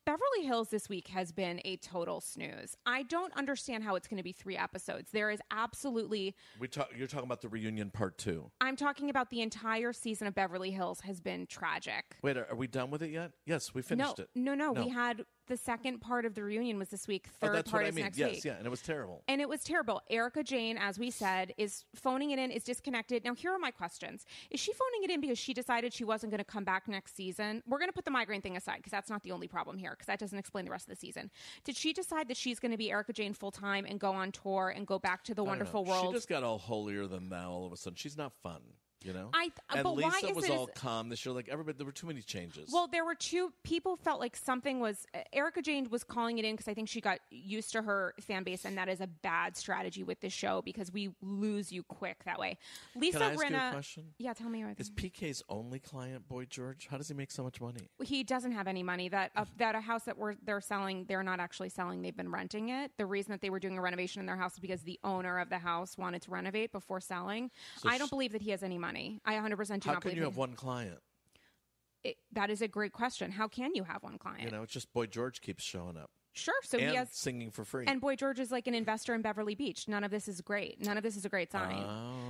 Beverly Hills this week has been a total snooze. I don't understand how it's going to be three episodes. There is absolutely we talk. You're talking about the reunion part two. I'm talking about the entire season of Beverly Hills has been tragic. Wait, are, are we done with it yet? Yes, we No, finished it. no, no, We No. had the second part of the reunion was this week. Oh, Third that's part what I is mean. next yes, week. yeah, and it was terrible. And it was terrible. Erica Jane, as we said, is phoning it in, is disconnected. Now, here are my questions. Is she phoning it in because she decided she wasn't going to come back next season? We're going to put the migraine thing aside because that's not the only problem here, because that doesn't explain the rest of the season. Did she decide that she's going to be Erica Jane full time and go on tour and go back to the I don't know. wonderful world? She just got all holier than thou all of a sudden. She's not fun, you know. I- uh, and but why Lisa is was it all as- calm this year. Like everybody, there were too many changes. Well, there were two people felt like something was Erica Jane was calling it in because I think she got used to her fan base, and that is a bad strategy with this show because we lose you quick that way. Lisa can I ask Rinna, you a question? yeah, tell me. Is PK's only client Boy George? How does he make so much money? he doesn't have any money. That uh, that a house that we're they're selling, they're not actually selling. They've been renting it. The reason that they were doing a renovation in their house is because the owner of the house wanted to renovate before selling. I don't sh- believe that he has any money. I 100 percent do How not can believe you that- have one client? it, that is a great question. How can you have one client? You know, it's just Boy George keeps showing up sure. So and he has singing for free. And Boy George is like an investor in Beverly Beach. None of this is great. None of this is a great sign.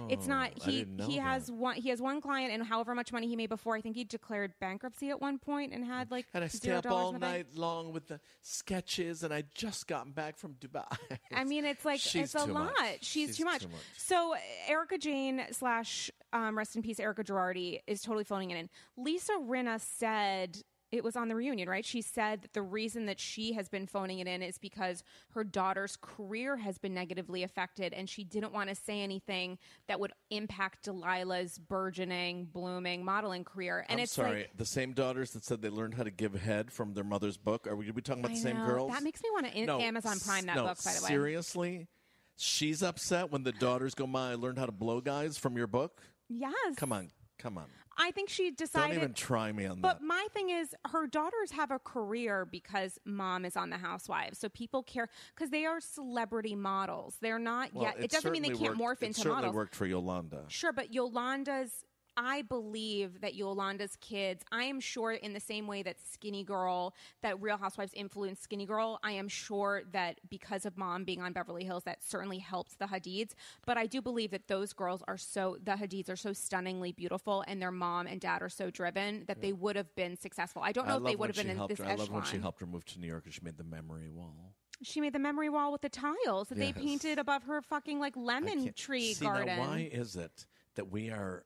it's not. Oh, I He didn't know he has that. one. He has one client, and however much money he made before, I think he declared bankruptcy at one point and had like And I stay zero up dollars all in the bank. night long with the sketches, and I just gotten back from Dubai. <laughs> I mean, it's like She's it's a too lot. much. She's, too, much. too much. So Erica Jane slash um, rest in peace Erica Girardi is totally phoning it in. Lisa Rinna said it was on the reunion, right? She said that the reason that she has been phoning it in is because her daughter's career has been negatively affected, and she didn't want to say anything that would impact Delilah's burgeoning, blooming modeling career. And I'm it's sorry. like. the same daughters that said they learned how to give head from their mother's book. Are we, are we talking about I the same know. girls? That makes me want to no, Amazon s- Prime that no, book, by the way. Seriously? She's upset when the daughters go, My, I learned how to blow guys from your book? Yes. Come on. Come on. I think she Don't decided. even try me on But that. my thing is, her daughters have a career because mom is on The Housewives, so people care because they are celebrity models. They're not Well, yet. It, doesn't mean they certainly can't worked- morph it into certainly models. worked for Yolanda. Sure, but Yolanda's. I believe that Yolanda's kids, I am sure in the same way that Skinny Girl, that Real Housewives influenced Skinny Girl, I am sure that because of mom being on Beverly Hills, that certainly helps the Hadids. But I do believe that those girls are so, the Hadids are so stunningly beautiful and their mom and dad are so driven that they would have been successful. I don't know I if they would love when have she been in helped this her. I echelon. love when she helped her move to New York and she made the memory wall. She made the memory wall with the tiles that they Yes. painted above her fucking like I lemon can't- tree See, garden. Now why is it that we are,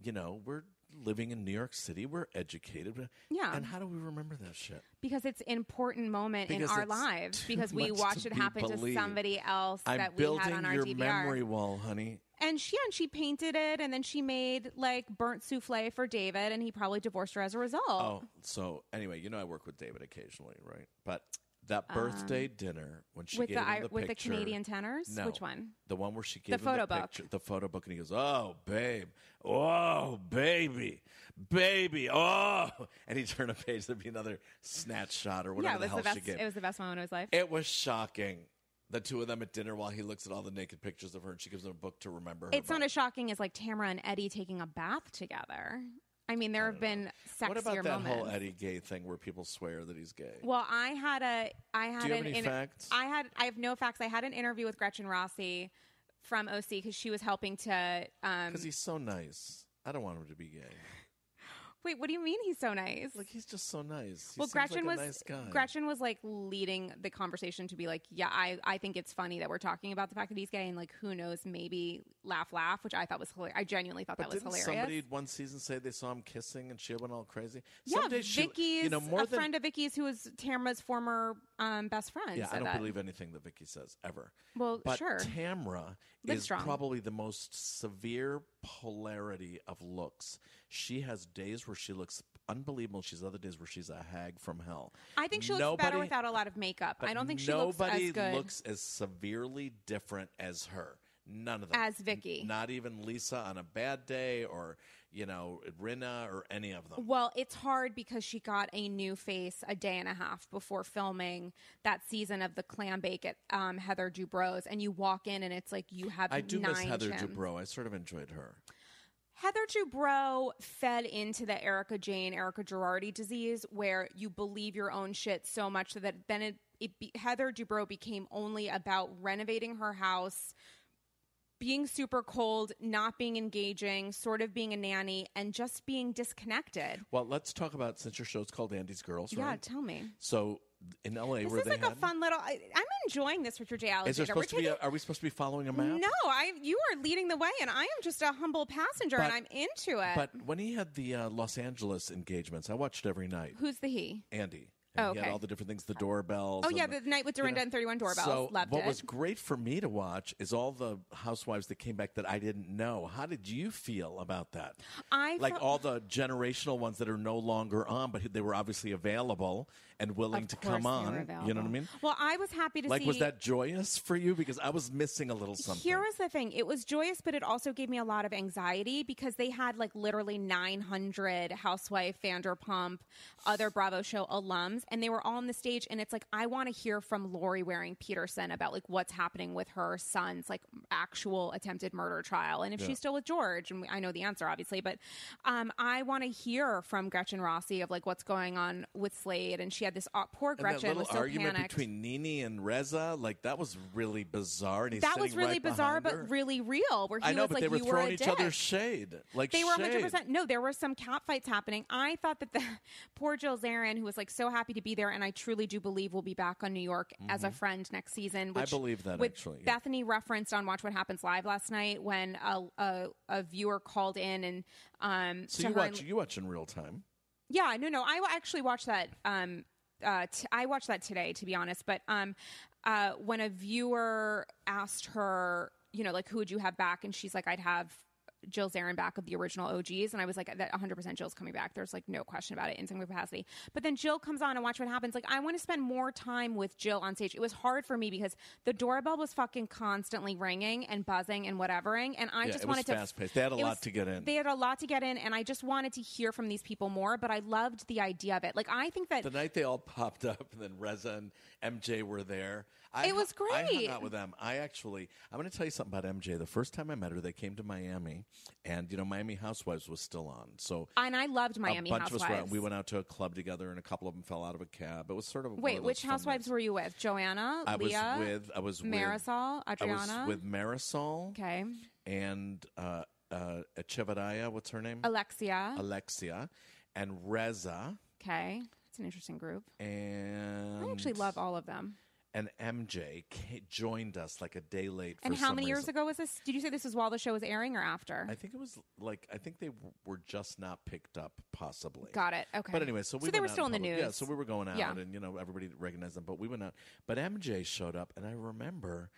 you know, we're living in New York City, we're educated, but- Yeah. and how do we remember that shit? Because it's an important moment in Because our it's lives. too Because we much watched to it be happen to believed. somebody else I'm that we building had on our your DVR. memory wall, honey. And she and she painted it, and then she made like burnt souffle for David, and he probably divorced her as a result. Oh, so anyway, you know, I work with David occasionally, right? But that birthday dinner when she Um, with gave the him I the with the picture, Canadian tenors. No. Which one? The one where she gave him photo the book. picture, the photo book, and he goes, "Oh, babe, oh, baby, baby, oh," and he turned a page. There'd be another snatch shot or yeah, whatever it the was hell the best. she gave. It was the best moment of his life. It was shocking. The two of them at dinner while he looks at all the naked pictures of her, and she gives him a book to remember her. it's by. not as shocking as like Tamara and Eddie taking a bath together. I mean, there have been sexier What about that moments. whole Eddie Gay thing where people swear that he's gay? Well, I had a I had Do you have an any in- facts? I had I have no facts. I had an interview with Gretchen Rossi from OC because she was helping to. Um, Because he's so nice. I don't want him to be gay. wait, what do you mean he's so nice? Like he's just so nice. He well, seems Gretchen was like a nice guy. Gretchen was like leading the conversation to be like, yeah, I I think it's funny that we're talking about the fact that he's gay and like who knows maybe laugh laugh, which I thought was hilarious. I genuinely thought But that was didn't hilarious. somebody one season say they saw him kissing and she went all crazy? yeah, Someday she, Vicky's you know, more a than friend of Vicky's who was Tamara's former um, best friend. yeah, said I don't that. believe anything that Vicky says ever. Well, but sure. Tamra But is strong. probably the most severe polarity of looks. She has days where she looks unbelievable. She's other days where she's a hag from hell. I think she looks better Nobody- without a lot of makeup. But I don't think she looks nobody as good looks as severely different as her. None of them. as Vicky. Not even Lisa on a bad day, or you know, Rinna, or any of them. Well, it's hard because she got a new face a day and a half before filming that season of the clam bake at um, Heather Dubrows, and you walk in and it's like you have. I do nine miss Heather chins. Dubrow. I sort of enjoyed her. Heather Dubrow fed into the Erica Jane, Erica Girardi disease, where you believe your own shit so much that then it, it be, Heather Dubrow became only about renovating her house, being super cold, not being engaging, sort of being a nanny, and just being disconnected. Well, let's talk about since your show's called Andy's Girls, Yeah, right? tell me. So in LA, This where is they like had, a fun little. I, I'm enjoying this, Richard J. is there Alexander. supposed to be? taking- A, are we supposed to be following a map? no, I. You are leading the way, and I am just a humble passenger, and But- I'm into it. But when he had the uh, Los Angeles engagements, I watched every night. who's the he? Andy. And Oh, He had okay. all the different things, the doorbells. Oh and yeah, the night with you know, Dorinda and Thirty One Doorbells. So Loved what it. was great for me to watch is all the housewives that came back that I didn't know. How did you feel about that? I like felt- all the generational ones that are no longer on, but they were obviously available and willing Of to course come they were on. You know what I available. mean? Well, I was happy to Like, see. was that joyous for you? Because I was missing a little something. Here was the thing. It was joyous, but it also gave me a lot of anxiety because they had like literally 900 housewife, Vanderpump, other Bravo show alums, and they were all on the stage. And it's like, I want to hear from Lori Waring Peterson about like what's happening with her son's like actual attempted murder trial and if she's still with George. And we- I know the answer, obviously, but um, I want to hear from Gretchen Rossi of like what's going on with Slade. And she had this uh, poor and that Gretchen little was so argument panicked. between Nini and Reza, like that was really bizarre. And he's that sitting was really right bizarre, behind but her. really real. Where he I know, was but like, they were "You throwing were a each dick." other shade. Like They were shade. 100%. No, there were some cat fights happening. I thought that the <laughs> poor Jill Zarin, who was like so happy to be there, and I truly do believe will be back on New York as a friend next season. Which, Mm-hmm. believe that, which actually, yeah. Bethany referenced on Watch What Happens Live last night when a, a, a viewer called in and um, So to you her and- watch you watch in real time. yeah, no, no. I wa- actually watched that. Um, uh, t- I watched that today, to be honest. But um, uh, when a viewer asked her, you know, like, who would you have back? And she's like, I'd have Jill Zarin back of the original OGs. And I was like, that 100% Jill's coming back. There's like no question about it in some capacity. But then Jill comes on and watch what happens. Like, I want to spend more time with Jill on stage. It was hard for me because the doorbell was fucking constantly ringing and buzzing and whatevering. And I Yeah, just it was wanted to. fast-paced. They had a it lot to get in. They had a lot to get in. And I just wanted to hear from these people more. But I loved the idea of it. Like, I think that. The night they all <laughs> popped up, and then Reza and MJ were there. I, It hu- was I hung great. out with them. I actually, I'm going to tell you something about MJ. The first time I met her, they came to Miami, and you know, Miami Housewives was still on. So and I loved Miami a bunch Housewives. of us went. We went out to a club together, and a couple of them fell out of a cab. It was sort of one of Wait, those which fun nights. housewives were you with? Joanna, I Leah, was with? I was with Marisol, I Adriana. was with Marisol okay, and uh, uh, Echevarria. What's her name? Alexia. Alexia and Reza Okay. It's an interesting group. and I actually love all of them. and MJ ca- joined us like a day late. And for how some many years reason. ago was this? Did you say this was while the show was airing or after? I think it was like I think they w- were just not picked up, possibly. Got it. Okay. But anyway, so we they went were out still in the public. news. Yeah, so we were going out, Yeah. and you know everybody recognized them, but we went out. But MJ showed up, and I remember,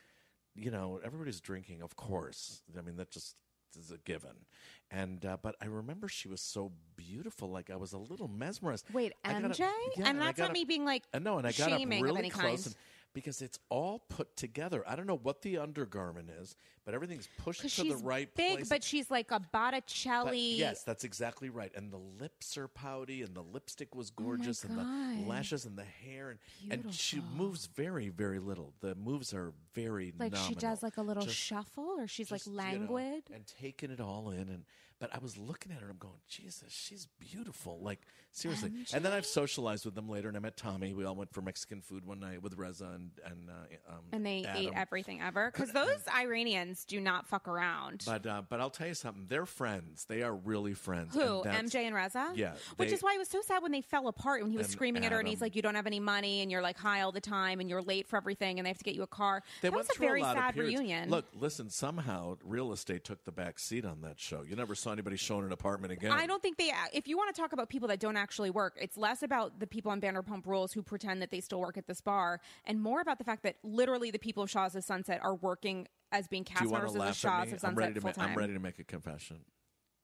you know, everybody's drinking, of course. I mean, that just is a given. And uh, but I remember she was so beautiful. Like I was a little mesmerized. Wait, I got up- MJ? yeah, and I that's got not up- me being like and no, and I got up shaming of really any close kind. and, because it's all put together. I don't know what the undergarment is, but everything's pushed to because she's the right big, place. but she's like a But Botticelli. yes, that's exactly right. And the lips are pouty, and the lipstick was gorgeous, and the Oh God. lashes and the hair, and and she moves very, very little. The moves are very like she nominal. does like a little Just- shuffle, or she's just, you like know, languid. and taking it all in. And but I was looking at her, and I'm going, Jesus, she's beautiful. Like seriously. And then I've socialized with them later, and I met Tommy. We all went for Mexican food one night with Reza and and uh, um, and they ate Adam. everything <clears throat> ever because those Iranians do not fuck around. But uh, but I'll tell you something. They're friends. They are really friends. Who and that's- MJ and Reza? yeah, which they- is why it was so sad when they fell apart when he was And screaming at her and he's Adam. like, "You don't have any money, and you're like high all the time, and you're late for everything, and they have to get you a car." They that went was a through very a lot sad of periods. reunion. Look, listen. Somehow, real estate took the back seat on that show. You never saw anybody showing an apartment again. I don't think they. If you want to talk about people that don't actually work, it's less about the people on Vanderpump Rules who pretend that they still work at this bar, and more about the fact that literally the people of Shaws of Sunset are working as being Do cast you want members of to the laugh at Shaws me? of I'm Sunset ready to. full Ma- I'm time. ready to make a confession.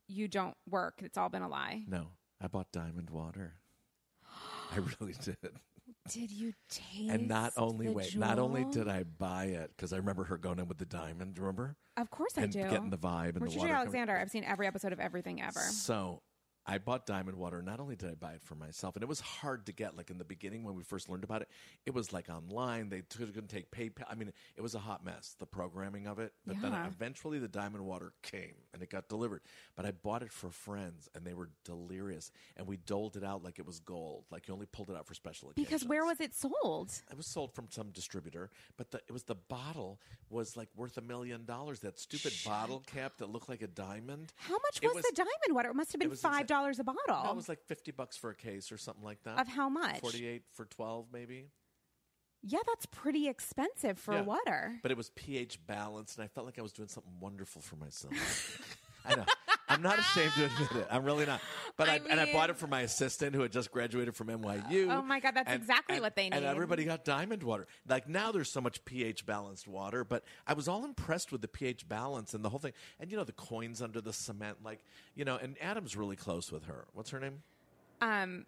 You don't work. It's all been a lie. No, I bought Diamond Water. I <gasps> really did. Did you taste? And not only the wait, not only jewel? did I buy it because I remember her going in with the diamond. Remember? Of course I and do. getting the vibe and Richard the J. water. coming- Alexander. I've seen every episode of everything ever. So I bought Diamond Water. Not only did I buy it for myself, and it was hard to get. Like in the beginning when we first learned about it, it was like online. They t- couldn't take PayPal. I mean, it was a hot mess, the programming of it. But then Yeah. eventually the Diamond Water came and it got delivered. But I bought it for friends and they were delirious. And we doled it out like it was gold. Like you only pulled it out for special occasions. Because where was it sold? It was sold from some distributor, but the, it was the bottle was like worth a million dollars. That stupid bottle cap that looked like a diamond. How much It was, the diamond water? It must have been was exa- five dollars a bottle. No, it was like fifty bucks for a case or something like that. Of how much? Forty-eight for twelve, maybe. yeah, that's pretty expensive for Yeah. water. But it was pH balanced, and I felt like I was doing something wonderful for myself. <laughs> I know. I'm not ashamed to admit it. I'm really not. But I, I and I bought it mean- for my assistant who had just graduated from NYU. Oh my God, that's exactly what they And need. everybody got diamond water. Like now, there's so much pH balanced water. But I was all impressed with the pH balance and the whole thing. And you know the coins under the cement, like you know. And Adam's really close with her. What's her name? um,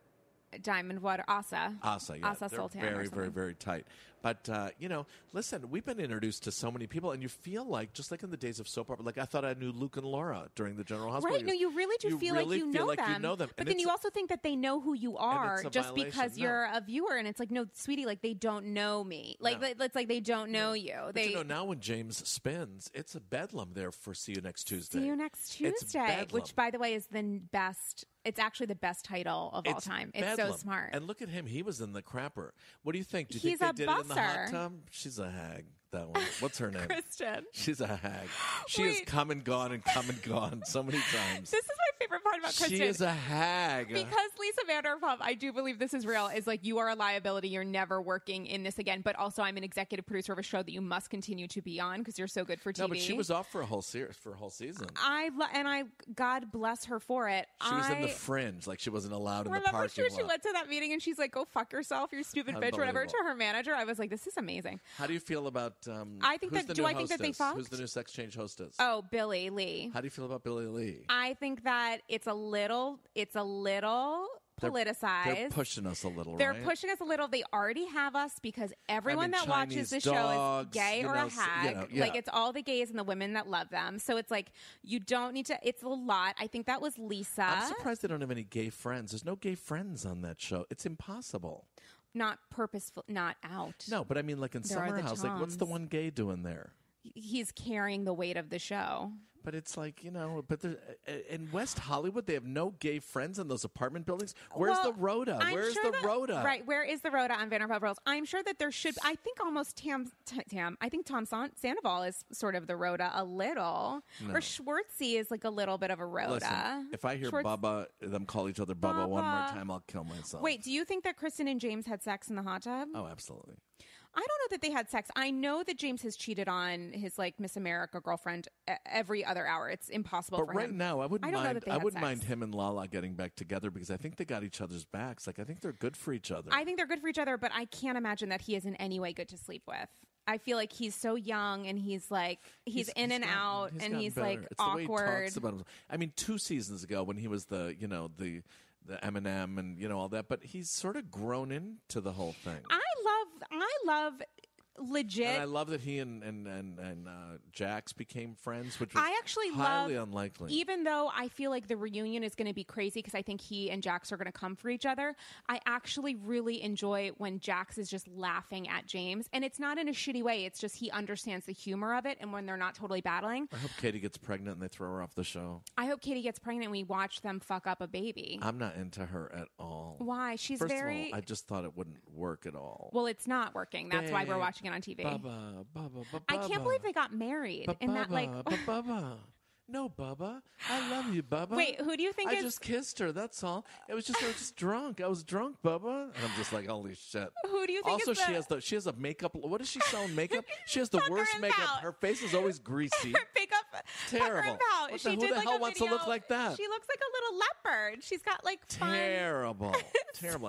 diamond water, Asa. Asa, yeah. Asa They're Sultan. or very, very, something. very tight. But uh, you know, listen, we've been introduced to so many people, and you feel like just like in the days of soap opera. Like I thought I knew Luke and Laura during the General Hospital. Right? No, years. you really do feel really like you feel know like them. You know them, But And then it's- you also think that they know who you are it's a just violation. because No. you're a viewer, and it's like no, sweetie, like they don't know me. Like No. they- it's like they don't know you. But They you know, now when James spins, it's a bedlam there for see you next Tuesday. See you next It's Tuesday, bedlam. which, by the way, is the n- best. It's actually the best title of all It's time. It's so bedlam. smart. And look at him; he was in the crapper. What do you think? Do you He's think a they did it in the hot busser. tub? She's a hag. <laughs> That one. What's her name? Kristen, She's a hag. She has Wait. come and gone and come and gone so many <laughs> times. this is my favorite part about She Kristen. is a hag. because Lisa Vanderpump, I do believe this is real, is like you are a liability. You're never working in this again. But also, I'm an executive producer of a show that you must continue to be on because you're so good for TV. No, but she was off for a whole series for a whole season. I lo- and I, God bless her for it. She was in the I- fringe, like she wasn't allowed in the Remember, she, parking she lot. went to that meeting and she's like, "Go fuck yourself, you stupid bitch," whatever. To Unbelievable. her manager, I was like, "This is amazing." How do you feel about? Um, I think who's that- the do new I think that they hostess? Who's the fucked? new sex change hostess? Oh, Billy Lee. How do you feel about Billy Lee? I think that it's a little it's a little politicized. They're pushing us a little. They're right? pushing us a little. They already have us because everyone mean, that watches Chinese the dogs, show is gay you or know, a s- you hag. know, yeah. Like it's all the gays and the women that love them. So it's like you don't need to. It's a lot. I think that was Lisa. I'm surprised they don't have any gay friends. There's no gay friends on that show. It's impossible. Not purposeful. Not out. No, but I mean, like in There are Summer the House, like what's the Toms. one gay doing there? he's carrying the weight of the show. But it's like you know, but there, a- in West Hollywood, they have no gay friends in those apartment buildings. Where's Well, the Rhoda? I'm Where's sure the that- Rhoda? Right, where is the Rhoda on Vanderpump Rules? I'm sure that there should. I think almost Tam, T- Tam. I think Tom San- Sandoval is sort of the Rhoda a little, or Schwartzy is like a little bit of a Rhoda. Listen, if I hear Schwartz- Bubba, them call each other Bubba, one more Bubba. time, I'll kill myself. Wait, do you think that Kristen and James had sex in the hot tub? Oh, absolutely. I don't know that they had sex. I know that James has cheated on his like Miss America girlfriend e- every other hour. It's impossible But for right him. now, I wouldn't I don't know mind. that they I had wouldn't sex. mind him and Lala getting back together because I think they got each other's backs. Like I think they're good for each other. I think they're good for each other, but I can't imagine that he is in any way good to sleep with. I feel like he's so young and he's like he's, in and gotten- out and gotten he's better. like It's the way he awkward. talks about himself. I mean, two seasons ago when he was the you know the the Eminem and you know all that, but he's sort of grown into the whole thing. I love I love legit. and I love that he and and and, and uh, Jax became friends, which was I actually highly love unlikely. even though I feel like the reunion is going to be crazy because I think he and Jax are going to come for each other, I actually really enjoy when Jax is just laughing at James. And it's not in a shitty way, it's just he understands the humor of it. And when they're not totally battling, I hope Katie gets pregnant and they throw her off the show. I hope Katie gets pregnant and we watch them fuck up a baby. I'm not into her at all. Why? She's Uh, First very. of all, I just thought it wouldn't work at all. well, it's not working. That's why we're Babe, watching it on TV. Bubba, Bubba, Bubba. I can't believe they got married But in that, like. Bubba, but Bubba. No, Bubba. I love you, Bubba. Wait, who do you think I is just kissed her. That's all. It was just I <laughs> was just drunk. I was drunk, Bubba, and I'm just like, holy shit. Who do you think is Also, the- she has the she has a makeup. What does she sell <laughs> in makeup? She has the Pucker worst and makeup. pout. Her face is <laughs> always greasy. pick up Pucker Terrible. and Pout. What the- she who did the like hell a wants to video- look like that? She looks like a little leopard. She's got like fun. Terrible, terrible.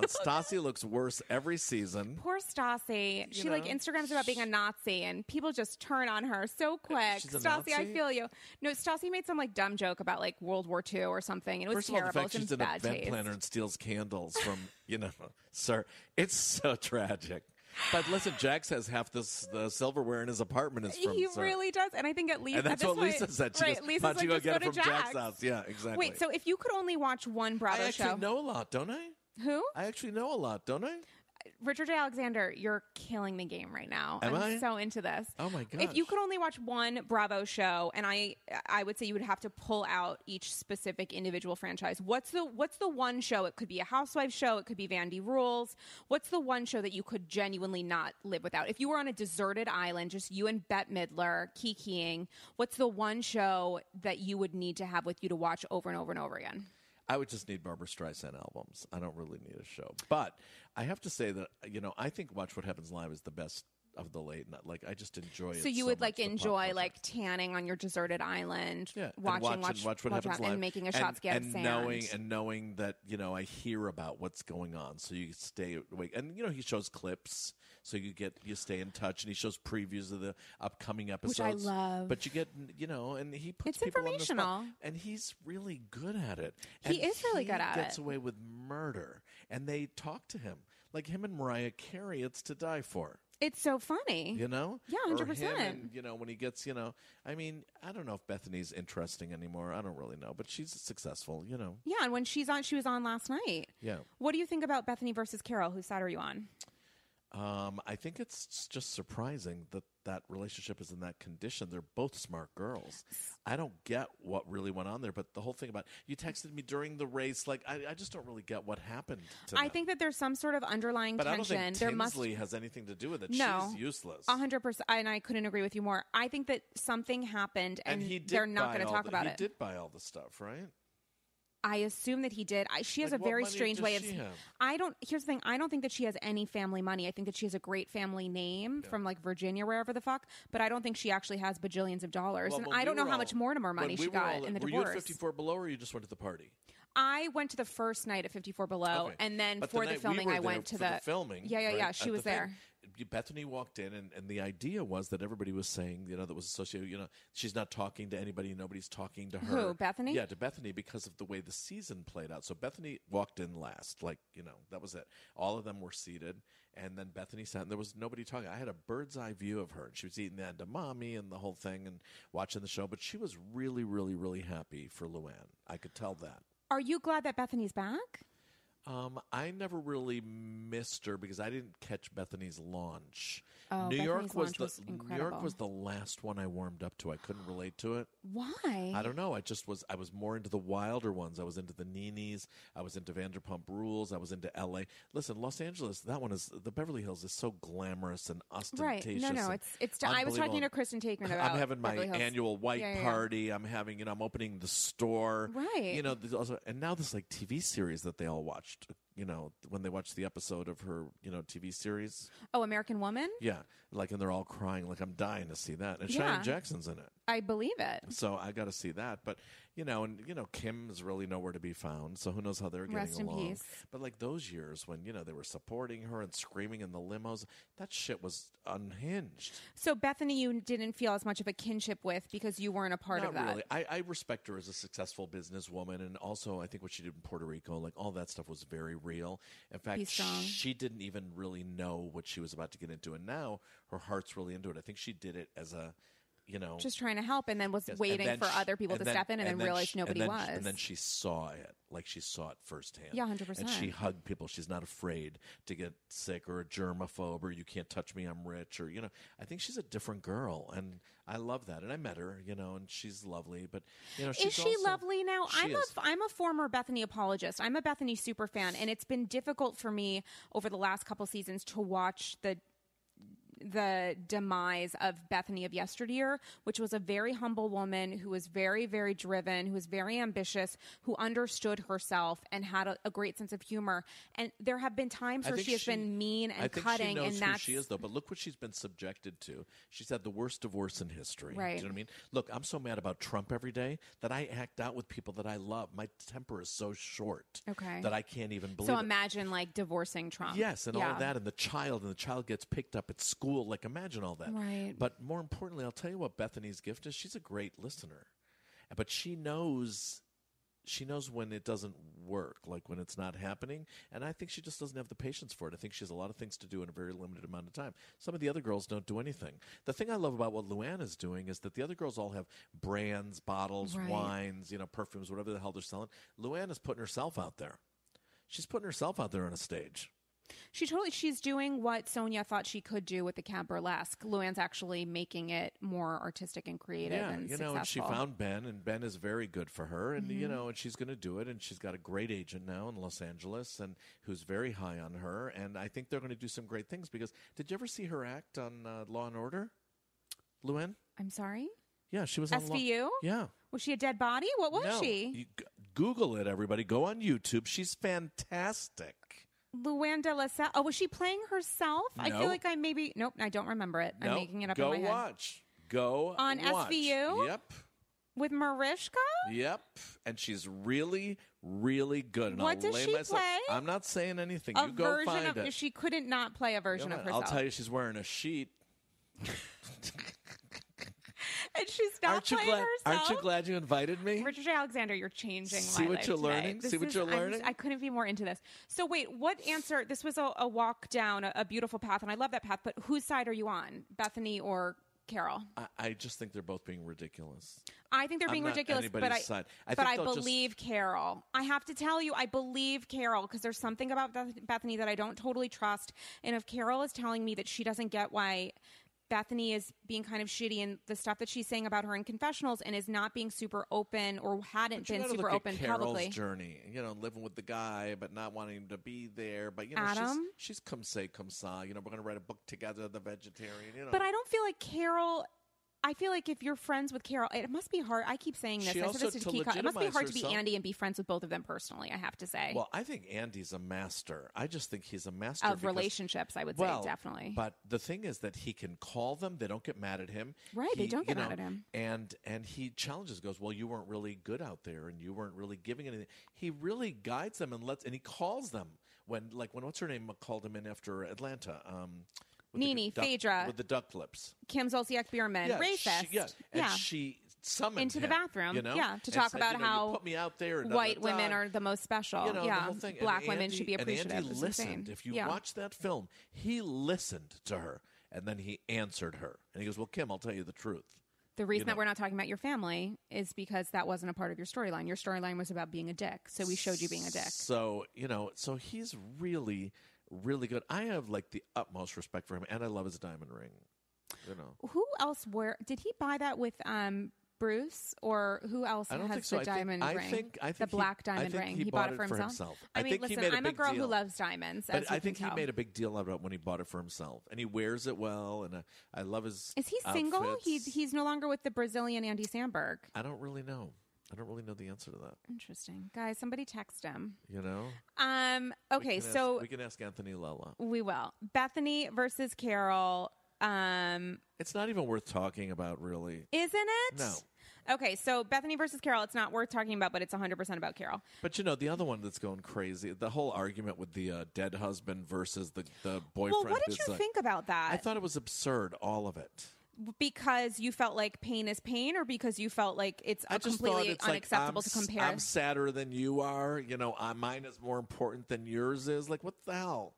<laughs> And Stassi looks worse every season. Poor Stassi. she like know? Instagrams about being a Nazi, and people just turn on her so quick. She's a Stassi, I Nazi? feel you. No, Stassi made some like dumb joke about like World War II or something. and It was First of all, terrible. the fact It's in she's an bad event taste. planner and steals candles from you know, <laughs> sir, it's so tragic. But listen, Jax has half this the silverware in his apartment is from he sir. really does, and I think at least and that's at this what Lisa point, said. She right, goes, Lisa's "Why don't like, you go "Just get it to from Jack's Jack's." house?" Yeah, exactly. Wait, so if you could only watch one I Bravo actually show, know a lot, don't I? who? I actually know a lot, don't I? Richard J. Alexander, you're killing the game right now. Am I'm I? so into this. Oh my god! If you could only watch one Bravo show, and I, I would say you would have to pull out each specific individual franchise. What's the What's the one show? It could be a Housewives show. It could be Vandy Rules. What's the one show that you could genuinely not live without? If you were on a deserted island, just you and Bette Midler kikiing, what's the one show that you would need to have with you to watch over and over and over again? I would just need Barbara Streisand albums. I don't really need a show, but I have to say that you know I think Watch What Happens Live is the best of the late. night. Like I just enjoy. it so you would much, like the pop enjoy culture. like tanning on your deserted island, Yeah, and watching watch, watch, and watch what happens out, live, and making a and, shot scan and of sand. knowing and knowing that you know I hear about what's going on, so you stay awake. And you know he shows clips, so you get you stay in touch, and he shows previews of the upcoming episodes, I love. But you get you know, and he puts It's people on the spot. informational. and he's really good at it. He And is really he good at Gets it. away with murder, and they talk to him like him and Mariah Carey. It's to die for. it's so funny. You know? <laughs> Yeah, Or him 100%. and, You know, when he gets, you know, I mean, I don't know if Bethany's interesting anymore. I don't really know, but she's successful, you know. Yeah, and when she's on, she was on last night. Yeah. What do you think about Bethany versus Carol? Whose side are you on? Um, I think it's s- just surprising that that relationship is in that condition. They're both smart girls. I don't get what really went on there, but the whole thing about you texted me during the race, like, I, I just don't really get what happened to I them. think that there's some sort of underlying But I don't tension. think there must Tinsley has anything to do with it. No. She's useless. a hundred percent, and I couldn't agree with you more. I think that something happened, and, And he did they're not buy going to all talk the- about he it. did buy all the stuff, right? I assume that he did. I, she has Like, a what very money strange does way of. she have? I don't. Here's the thing. I don't think that she has any family money. I think that she has a great family name from like Virginia, wherever the fuck. But I don't think she actually has bajillions of dollars, Well, and when I we don't know were how all- much Mortimer when money we she were got all in the were you at divorce. 54 below, or you just went to the party? I went to the first night at 54 Below, Okay. and then But for night the we filming, were I there went to for filming. Yeah, yeah, right, yeah. at She was the thing. there. Bethany walked in, and, and the idea was that everybody was saying, you know, that was associated. You know, she's not talking to anybody. Nobody's talking to her. Who, Bethany? Yeah, to Bethany because of the way the season played out. So Bethany walked in last. Like you know, that was it. All of them were seated, and then Bethany sat. and There was nobody talking. I had a bird's eye view of her, and she was eating the edamame and the whole thing, and watching the show. But she was really, really, really happy for Luann. I could tell that. Are you glad that Bethany's back? Um, I never really missed her because I didn't catch Bethany's launch. Oh, New York Bethany's was launch the was New York incredible. was the last one I warmed up to. I couldn't relate to it. Why? I don't know. I just was I was more into the wilder ones. I was into the Ninis. I was into Vanderpump Rules. I was into LA. Listen, Los Angeles, that one is the Beverly Hills is so glamorous and Right? ostentatious. No, no. and It's it's. I was talking unbelievable. to Kristen Takeman about. <laughs> I'm having my Beverly Hills. annual white Yeah, yeah, yeah. party. I'm having, you know, I'm opening the store. Right. You know, there's also, and now this like TV series that they all watched, you know, when they watched the episode of her, you know, TV series. Oh, American Woman. Yeah. Like, and they're all crying, like, I'm dying to see that. And Yeah. Cheyenne Jackson's in it. I believe it. So I got to see that. But you know, and you know, Kim's really nowhere to be found. So who knows how they're getting Rest in along? peace. But like those years when you know they were supporting her and screaming in the limos, that shit was unhinged. So Bethany, you didn't feel as much of a kinship with because you weren't a part Not of that. really. I, I respect her as a successful businesswoman, and also I think what she did in Puerto Rico, like all that stuff was very real. In fact, Peace song. she didn't even really know what she was about to get into, and now her heart's really into it. I think she did it as a, you know, Just trying to help, and then was Yes, and waiting then for sh- other people and to then- step in, and, then, realized sh- and nobody then sh- was. And then she saw it, like she saw it firsthand. Yeah, 100%. And she hugged people. She's not afraid to get sick or a germaphobe or you can't touch me, I'm rich or you know. I think she's a different girl, and I love that. And I met her, you know, and she's lovely. But you know, she's is she also- lovely now? She I'm a is. I'm a former Bethany apologist. I'm a Bethany super fan, and it's been difficult for me over the last couple seasons to watch the the demise of Bethany of yesteryear, which was a very humble woman who was very, very driven, who was very ambitious, who understood herself and had a, a great sense of humor. And there have been times I where think she has been mean and I think cutting, she knows and who that's she is though. But look what she's been subjected to. She's had the worst divorce in history. Right. Do you know what I mean? Look, I'm so mad about Trump every day that I act out with people that I love. My temper is so short Okay. that I can't even believe so. it. Imagine like divorcing Trump. Yes, and all Yeah. of that, and the child, and the child gets picked up at school. Like, imagine all that. Right. But more importantly, I'll tell you what Bethany's gift is. She's a great listener, but she knows, she knows when it doesn't work, like when it's not happening. And I think she just doesn't have the patience for it. I think she has a lot of things to do in a very limited amount of time. Some of the other girls don't do anything. The thing I love about what Luann is doing is that the other girls all have brands, bottles, Right. wines, you know, perfumes, whatever the hell they're selling. Luann is putting herself out there. She's putting herself out there on a stage. She totally she's doing what Sonia thought she could do with the cab burlesque. Luann's actually making it more artistic and creative Yeah, and you successful. Mm-hmm. know, and she found Ben, and Ben is very good for her, and you know, and she's going to do it, and she's got a great agent now in Los Angeles, and who's very high on her, and I think they're going to do some great things because did you ever see her act on uh, Law and Order, Luann? I'm sorry? Yeah, she was on Law- SVU? Yeah, Was she a dead body? What was No. she? You g- Google it, everybody. Go on YouTube. She's fantastic. Luann de la Salle. Oh, was she playing herself? I feel No. like I maybe nope, I don't remember it. I'm No, making it up Go in my head. watch. Go On watch. SVU? Yep. With Marishka? Yep, and she's really, really good. And What I'll does lay she myself- play? I'm not saying anything. A you go version find of it. she couldn't not play a version of Come on, herself. I'll tell you, she's wearing a sheet. And she's not aren't you playing glad? herself. Aren't you glad you invited me? Richard Alexander, you're changing. See my what life you're today. learning? This See what is- you're I'm just- learning? I couldn't be more into this. So wait, what answer? This was a, a walk down a, a beautiful path, and I love that path. But whose side are you on, Bethany or Carol? I, I just think they're both being ridiculous. I think they're I'm being not ridiculous, but I, anybody's side. I but think I they'll just- believe Carol. I have to tell you, I believe Carol because there's something about Beth- Bethany that I don't totally trust. And if Carol is telling me that she doesn't get why Bethany is being kind of shitty and the stuff that she's saying about her in confessionals and is not being super open or hadn't You been gotta super look at open Carol's publicly, journey, you know, living with the guy but not wanting him to be there. But you know, Adam? she's she's come say come sa. You know, we're gonna write a book together, the vegetarian. You know, But I don't feel like Carol. I feel like if you're friends with Carol, it must be hard. I keep saying this. She I said also, this to to Kika. It must be legitimize hard to be herself- Andy and be friends with both of them personally. I have to say Well, I think Andy's a master. I just think he's a master of because- relationships. I would say definitely. But the thing is that he can call them; they don't get mad at him. Right, they He- don't get you mad at him. And and he challenges, goes, "Well, you weren't really good out there, and you weren't really giving anything." He really guides them and lets, and he calls them when, like, when what's her name called him in after Atlanta. Um, with the Nene, duck- Phaedra. with the duck lips. Kim Zolciak Bierman, racist. She, yeah, and yeah. she summoned Into the him, bathroom, You know, yeah, to and talk said, about you know, you how put me out there. and White da-da-da." women are the most special. you know, yeah, the whole thing. And black women Andy- should be appreciative. And Andy It's listened. insane. If you yeah. watch that film, he listened to her, and then he answered her, and he goes, "Well, Kim, I'll tell you the truth." the reason that know. we're not talking about your family is because that wasn't a part of your storyline. Your storyline was about being a dick, so we showed you being a dick. So you know, so he's really, really good. I have like the utmost respect for him, and I love his diamond ring. You know, Who else were? Did he buy that with um, Bruce or who else I don't has think so. the I think- diamond I ring? think- I the think he- black I diamond think ring. he bought bought it it for for himself. himself. I, I mean, think he listen, made a I'm a big girl who deal. loves diamonds. as but I you think can he tell. made a big deal about it when he bought it for himself, and he wears it well. And uh, I love his. Is he single? outfits. He's he's no longer with the Brazilian Andy Samberg. I don't really know. I don't really know the answer to that. Interesting, guys. Somebody text him. You know. Um. We Okay, can ask- so we can ask Anthony Lella. we will. Bethany versus Carol. Um, It's not even worth talking about, really. isn't it? No. Okay, so Bethany versus Carol, it's not worth talking about, but it's 100% about Carol. But you know, the other one that's going crazy, the whole argument with the uh, dead husband versus the, the boyfriend. well, what did who's you like- think about that? I thought it was absurd, all of it. because you felt like pain is pain or because you felt like it's I uh, just thought completely it's unacceptable like, to I'm, s- compare I'm sadder than you are. You know, I, mine is more important than yours is. Like, what the hell?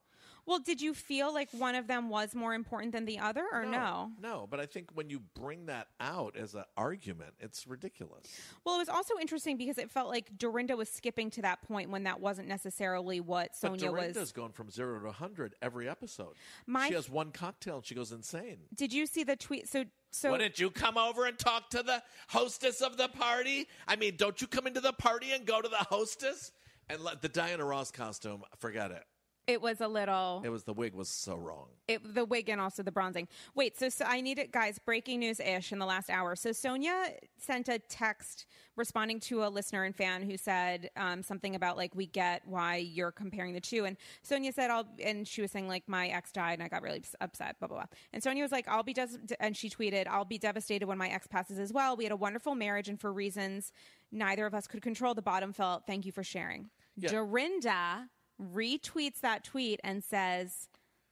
well did you feel like one of them was more important than the other or no, No, but I think when you bring that out as an argument, it's ridiculous. well it was also interesting because it felt like dorinda was skipping to that point when that wasn't necessarily what But sonia Dorinda's was gone from zero to 100 every episode. My- she has one cocktail and she goes insane. did you see the tweet so so Wouldn't you come over and talk to the hostess of the party? I mean, don't you come into the party and go to the hostess? And let the Diana Ross costume, forget it. it was a little It was the wig was so wrong. it, the wig and also the bronzing. Wait, so, so I need it, guys. Breaking news ish in the last hour. So Sonia sent a text responding to a listener and fan who said um, something about like we get why you're comparing the two, and Sonia said I'll, and she was saying like my ex died and I got really upset, blah blah blah. And Sonia was like I'll be des-, and she tweeted I'll be devastated when my ex passes as well. We had a wonderful marriage, and for reasons neither of us could control, the bottom fell. out. Thank you for sharing. Yeah. Dorinda retweets that tweet and says.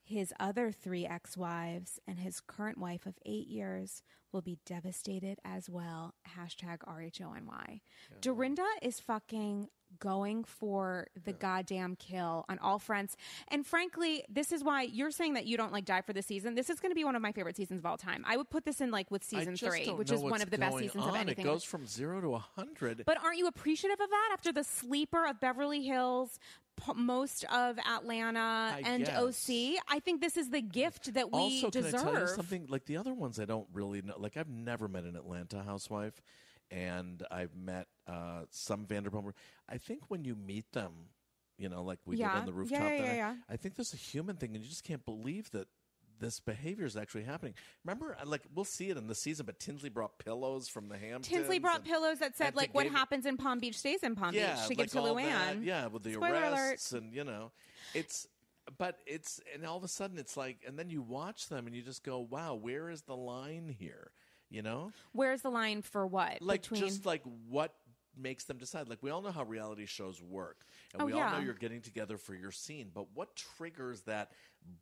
His other three ex wives and his current wife of eight years will be devastated as well. Hashtag RHONY. Dorinda is fucking going for the goddamn kill on all fronts. And frankly, this is why you're saying that you don't like die for the season. This is going to be one of my favorite seasons of all time. I would put this in like with season I just three, don't which know is one what's of the best going seasons on. of anything. It goes from zero to hundred. But aren't you appreciative of that after the sleeper of Beverly Hills, p- most of Atlanta, and guess. OC? I think this is the gift that we also, deserve. can I tell you something? Like the other ones, I don't really know. Like I've never met an Atlanta housewife, and I've met uh, some Vanderpump. I think when you meet them, you know, like we did Yeah. on the Yeah, rooftop. yeah, that yeah, night, yeah. I think there's a human thing, and you just can't believe that this behavior is actually happening. Remember, uh, like we'll see it in the season, but Tinsley brought pillows from the Hamptons. Tinsley brought and- pillows that said, and like, um, to what give- happens in Palm Beach stays in Palm yeah, Beach. She like gives to all that. Luann. Yeah, with the Spoiler alert. arrests and you know, it's. But it's and all of a sudden it's like and then you watch them and you just go, wow, where is the line here? You know, Where's the line for what? like Between just like what makes them decide? Like we all know how reality shows work, and Oh, we all yeah. know you're getting together for your scene. But what triggers that?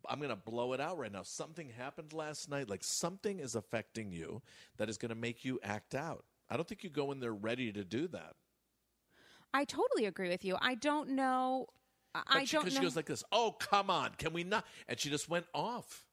I'm going to blow it out right now. Something happened last night. Like something is affecting you that is going to make you act out. I don't think you go in there ready to do that. I totally agree with you. I don't know. I- I But she, don't know. 'cause she goes like this. Oh, come on, can we not? And she just went off.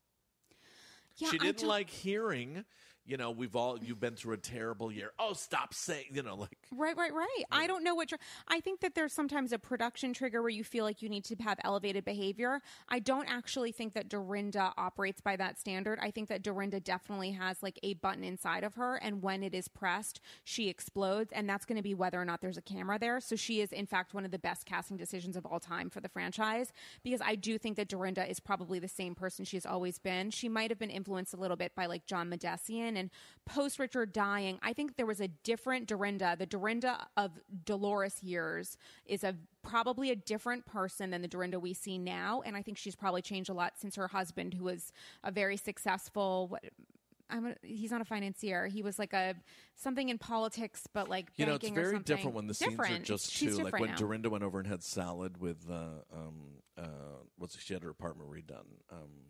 yeah, she I didn't don't- like hearing. You know, we've all you've been through a terrible year. Oh, stop saying. You know, like Right, right, right. I don't know what. Tr- I think that there's sometimes a production trigger where you feel like you need to have elevated behavior. I don't actually think that Dorinda operates by that standard. I think that Dorinda definitely has like a button inside of her, and when it is pressed, she explodes, and that's going to be whether or not there's a camera there. So she is, in fact, one of the best casting decisions of all time for the franchise because I do think that Dorinda is probably the same person she's always been. She might have been influenced a little bit by like John Medesian and post Richard dying. I think there was a different Dorinda. The Dorinda of Dolores years is a probably a different person than the Dorinda we see now, and I think she's probably changed a lot since her husband, who was a very successful. What, I'm a, he's not a financier. He was like a something in politics, but like you know, it's banking or very something. different when the Different. scenes are just She's two. Like different when now. Dorinda went over and had salad with uh, um uh what's she had her apartment redone. Um,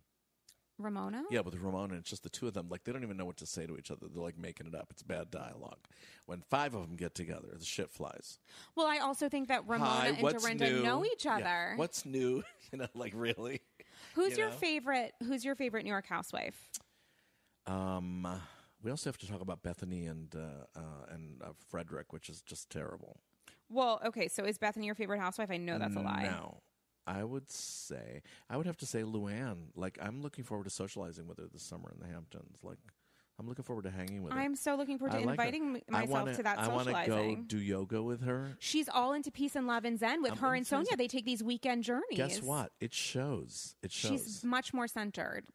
Ramona. yeah, with Ramona, it's just the two of them. Like they don't even know what to say to each other. They're like making it up. It's bad dialogue. When five of them get together, the shit flies. Well, I also think that Ramona Hi, and what's Dorinda new? know each Yeah, other. What's new? <laughs> you know, like really. who's you your know? favorite? Who's your favorite New York housewife? Um, we also have to talk about Bethany and uh, uh, and uh, Frederick, which is just terrible. Well, okay, so is Bethany your favorite housewife? I know Oh, that's a lie. No, I would say I would have to say Luann. Like I'm looking forward to socializing with her this summer in the Hamptons. Like I'm looking forward to hanging with her. I'm so looking forward to I like her. inviting m- I myself wanna- to that I wanna socializing. go do yoga with her. She's all into peace and love and zen with I'm her and into it. Sonia. They take these weekend journeys. Guess what? It shows. It shows. She's much more centered.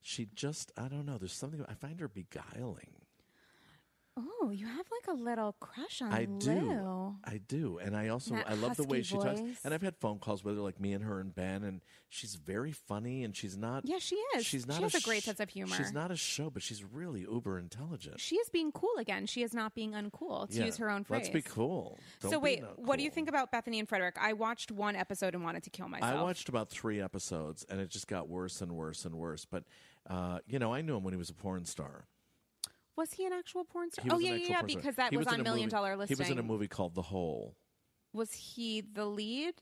she just I don't know. There's something I find her beguiling. Oh, you have like a little crush on I do. Lou. I do, and I also Oh, That I love the way husky she talks. voice. And I've had phone calls with her, like me and her and Ben, and she's very funny, and she's not. Yeah, she is. She's not. She has a great sh- sense of humor. She's not a show, but she's really uber intelligent. She is being cool again. She is not being uncool. To Yeah. use her own phrase. Let's be cool. Don't so be wait, not what do you cool. think about Bethany and Frederick? I watched one episode and wanted to kill myself. I watched about three episodes, and it just got worse and worse and worse. But uh, you know, I knew him when he was a porn star. Was he an actual porn star? He oh was yeah, an yeah, actual yeah. porn star. Because that He was, in on a Million movie- Dollar Listing. He was in a movie called The Hole. Was he the lead?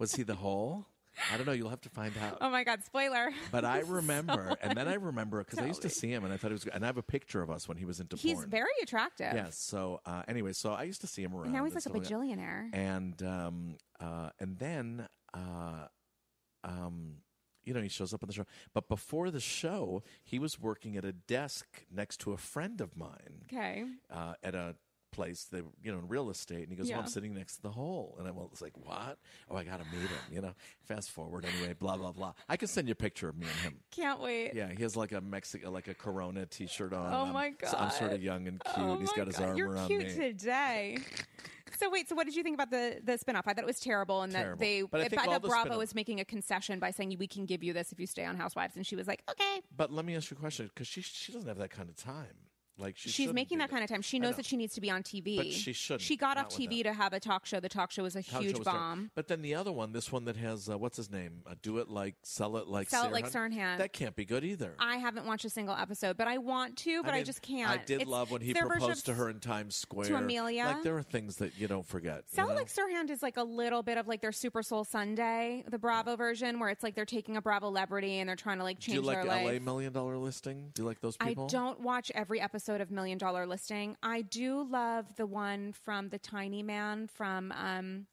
Was he the Hole? I don't know. You'll have to find out. Oh my god! Spoiler. <laughs> But I remember, and then I remember because I used to see him, and I thought he was. And I have a picture of us when he was into He's porn. very attractive. Yes. So uh, anyway, so I used to see him around. And now he's and like a stuff that. bajillionaire. and um uh and then uh um you know he shows up on the show but before the show he was working at a desk next to a friend of mine okay. uh at a place that you know in real estate and he goes well, i'm Yeah. sitting next to the hole and i was like what oh i gotta meet him you know fast forward anyway blah blah blah i can send you a picture of me and him Can't wait. yeah, he has like a Mexico, like a Corona T-shirt on. Oh I'm- my so I'm sort God. of young and cute. Oh He's my got his God, arm You're around cute me. today. So wait, so what did you think about the the spinoff? I thought it was terrible, and Terrible. that they But I I think all thought the Bravo spin-off- was making a concession by saying we can give you this if you stay on Housewives, and she was like, okay. But let me ask you a question because she she doesn't have that kind of time. Like she She's making that kind of time. She knows know. that she needs to be on TV. But she shouldn't. She got Not off with TV to have a talk show. The talk show was a huge bomb. But then the other one, this one that has uh, what's his name? Uh, do it like sell it like Sell It Like Sirhan. That can't be good either. I haven't watched a single episode, but I want to, but I, mean, just can't. I did It's- love when he it's their version proposed to of her in Times Square. Amelia. like there are things that you don't forget. you Sound know? like Sirhan is like a little bit of like their Super Soul Sunday, the Bravo version, where it's like they're taking a Bravo celebrity and they're trying to like do change you like their LA life. Million Dollar Listing? Do you like those I people? don't watch every episode of Million Dollar Listing. I do love the one from the Tiny Man from um,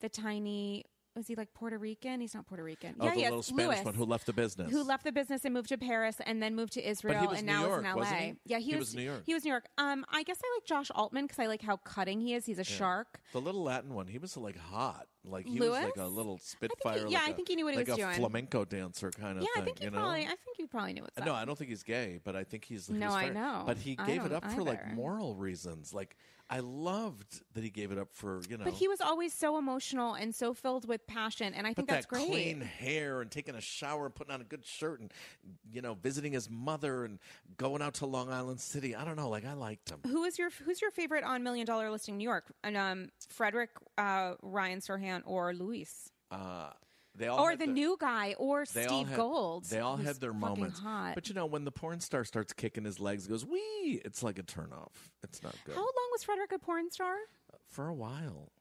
the Tiny. Was he like Puerto Rican? He's not Puerto Rican. Oh, yeah, the yes, little Spanish Louis, one who left the business. who left the business and moved to Paris and then moved to Israel was and New now York, is in LA. wasn't he? Yeah, he, He was, was New York. He was New York. Um, I guess I like Josh Altman because I like how cutting he is. He's a shark. The little Latin one, he was like hot, like he was Louis? like a little spitfire. he- yeah, like I a- think he knew what he like was a doing. flamenco dancer kind of Yeah, thing. I think you, you know? probably. I think you probably knew what's up. No, I don't think he's gay, but I think he's. he No, was I very- know. But he I gave it don't up for like either. moral reasons. Like I loved that he gave it up for you know. But he was always so emotional and so filled with passion, and I but think that's that great. clean hair and taking a shower and putting on a good shirt and you know visiting his mother and going out to Long Island City. I don't know. Like I liked him. Who is your Who's your favorite on Million Dollar Listing New York? And um, Frederick, uh, Ryan Serhan, or Luis, Uh, they all or the had their- new guy, or they Steve all had- Gold. They all who's had their fucking moments. Hot. But you know, when the porn star starts kicking his legs, goes wee, it's like a turnoff. It's not good How long was Frederick a porn star? for a while.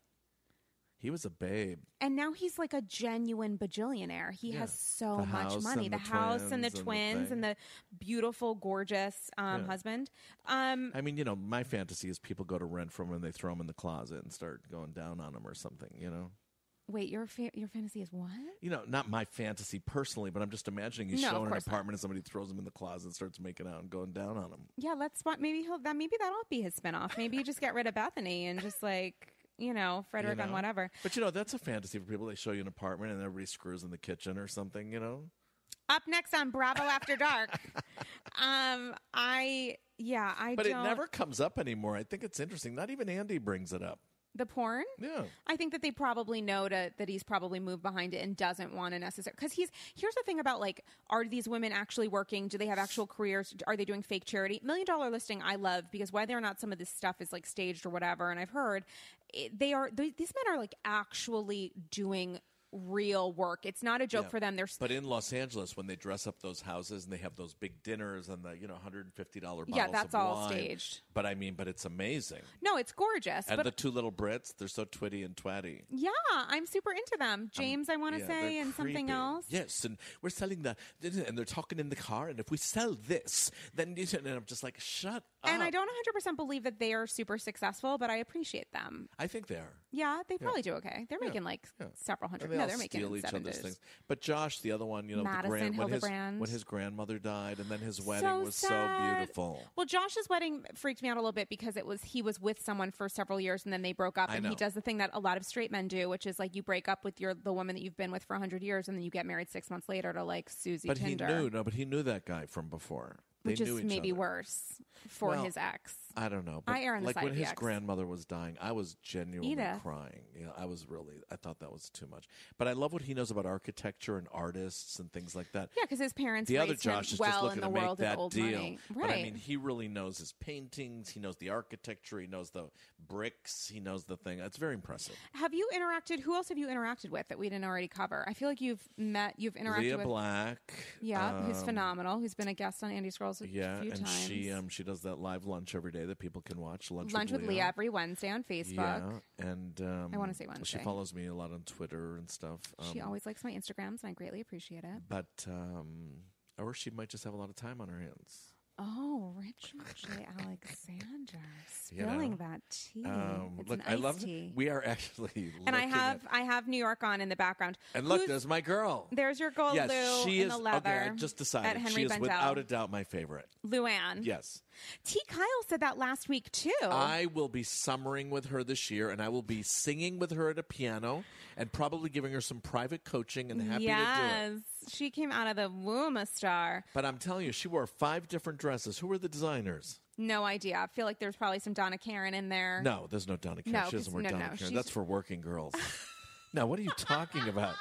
He was a babe. And now he's like a genuine bajillionaire. He Yeah. has so The much house money. and The, the house and the twins and the twins thing. and the, beautiful, gorgeous um, Yeah. husband. Um, I mean, you know, my fantasy is people go to rent from him and they throw him in the closet and start going down on him or something, you know? wait, your fa- your fantasy is what? You know, not my fantasy personally, but I'm just imagining he's No, of showing an course not. apartment and somebody throws him in the closet and starts making out and going down on him. Yeah, let's spot. Maybe he'll that. Maybe that'll be his spinoff. Maybe you just get rid of Bethany and just like you know you Frederick on know? whatever. But you know, that's a fantasy for people. They show you an apartment and everybody screws in the kitchen or something, you know? Up next on Bravo After <laughs> Dark. um, I yeah, I But it don't. never comes up anymore. I think it's interesting. Not even Andy brings it up. the porn. Yeah. I think that they probably know to, that he's probably moved behind it and doesn't want to necessarily. Because he's here's the thing about like, are these women actually working? Do they have actual careers? Are they doing fake charity? Million Dollar Listing, I love because whether or not some of this stuff is like staged or whatever, and I've heard it, they are they, these men are like actually doing real work. It's not a joke Yeah. for them. They're s- But in Los Angeles, when they dress up those houses and they have those big dinners and the you know hundred and fifty dollar bottles Yeah, that's of all wine. staged. But I mean, but it's amazing. no, it's gorgeous. And but the two little Brits, they're so twitty and twatty. yeah, I'm super into them. James, I want to Yeah, say, they're and something creepy. else. Yes, and we're selling the and they're talking in the car. And if we sell this, then <laughs> you should- and I'm just like, shut up. And I don't 100% believe that they are super successful, but I appreciate them. I think they are. Yeah, they probably do okay. They're making like yeah. several hundred. And they no, all they're making steal in each seven other's digits. things. But Josh, the other one, you know, Madison, the grand, when his, Hildebrand. when his grandmother died, and then his wedding was so sad. beautiful. Well, Josh's wedding freaked me out a little bit because it was he was with someone for several years and then they broke up. I and he know. does the thing that a lot of straight men do, which is like you break up with your the woman that you've been with for hundred years and then you get married six months later to like Susie But Tinder, he knew no, but he knew that guy from before. They which is knew each maybe other. worse. for Well, his ex. I don't know. I err on the like side when of the his ex. grandmother was dying, I was genuinely Edith. crying. You know, I was really. I thought that was too much. But I love what he knows about architecture and artists and things like that. Yeah, because his parents The other raised him Josh is just well in looking the to make world of that old deal. money. But I Right. mean, he really knows his paintings. He knows the architecture. He knows the bricks. He knows the thing. It's very impressive. have you interacted? Who else have you interacted with that we didn't already cover? I feel like you've met, you've interacted Leah with. Black. Yeah, who's um, phenomenal. Who's been a guest on Andy Scrolls a Yeah, few and times. she um she does that live lunch every day that people can watch. Lunch, Lunch with with Leah. every Wednesday on Facebook. Yeah, and um, I wanna say She Wednesday. follows me a lot on Twitter and stuff. She um, always likes my Instagrams, and I greatly appreciate it. but um, or she might just have a lot of time on her hands. Oh, Richard J. Alexander <laughs> You know? spilling that tea. Um, it's look, an I iced love. tea. We are <laughs> actually, and I looking have at- I have New York on in the background. and look, Who's- there's my girl. there's your gold yes, Lou she in is. the leather. okay, I just at decided Henry she is Bentel. without a doubt my favorite. Luann. Yes, T. Kyle said that last week too. I will be summering with her this year, and I will be singing with her at a piano, and probably giving her some private coaching. And happy to do it. yes, she came out of the womb a star. But I'm telling you, she wore five different dresses. Who were the designers? No idea. I feel like there's probably some Donna Karen in there. No, there's no Donna Karen. No, she 'cause- doesn't wear no, Donna no, Karen. she's- That's for <laughs> working girls. no, what are you talking about?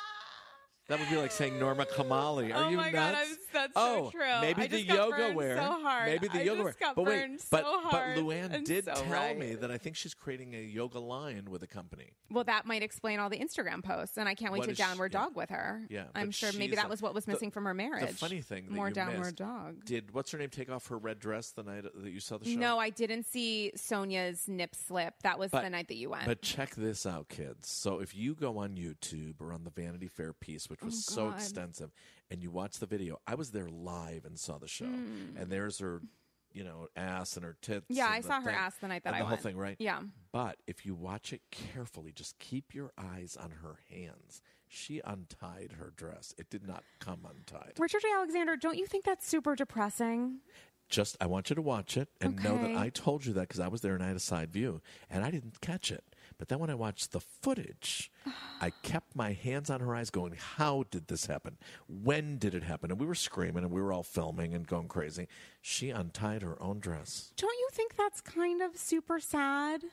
That would be like saying Norma Kamali. Are Oh you my God, nuts? I'm- that's so oh, true. Maybe I the just got yoga burned wear. so hard. Maybe the I yoga just wear. got but wait, burned but so hard but Luann and did so tell right. me that I think she's creating a yoga line with a company. Well, that might explain all the Instagram posts, and I can't wait What to is she- downward yeah. dog with her. Yeah, I'm but sure maybe she's that a- was what was the- missing from her marriage. The funny thing that more you downward missed, dog. Did what's her name take off her red dress the night that you saw the show? No, I didn't see Sonia's nip slip. That was But- the night that you went. But check this out, kids. So if you go on YouTube or on the Vanity Fair piece, which was so Oh, God. extensive, and you watch the video, I was there live and saw the show. And there's her, you know, ass and her tits. Hmm. yeah, and I the saw her thing, ass the night that and I the whole went. thing, right? Yeah. But if you watch it carefully, just keep your eyes on her hands. She untied her dress. It did not come untied. Richard J. Alexander, don't you think that's super depressing? Just I want you to watch it and know that Okay. I told you that because I was there and I had a side view and I didn't catch it. But then when I watched the footage, <sighs> I kept my hands on her eyes going, How did this happen? When did it happen? And we were screaming and we were all filming and going crazy. She untied her own dress. Don't you think that's kind of super sad?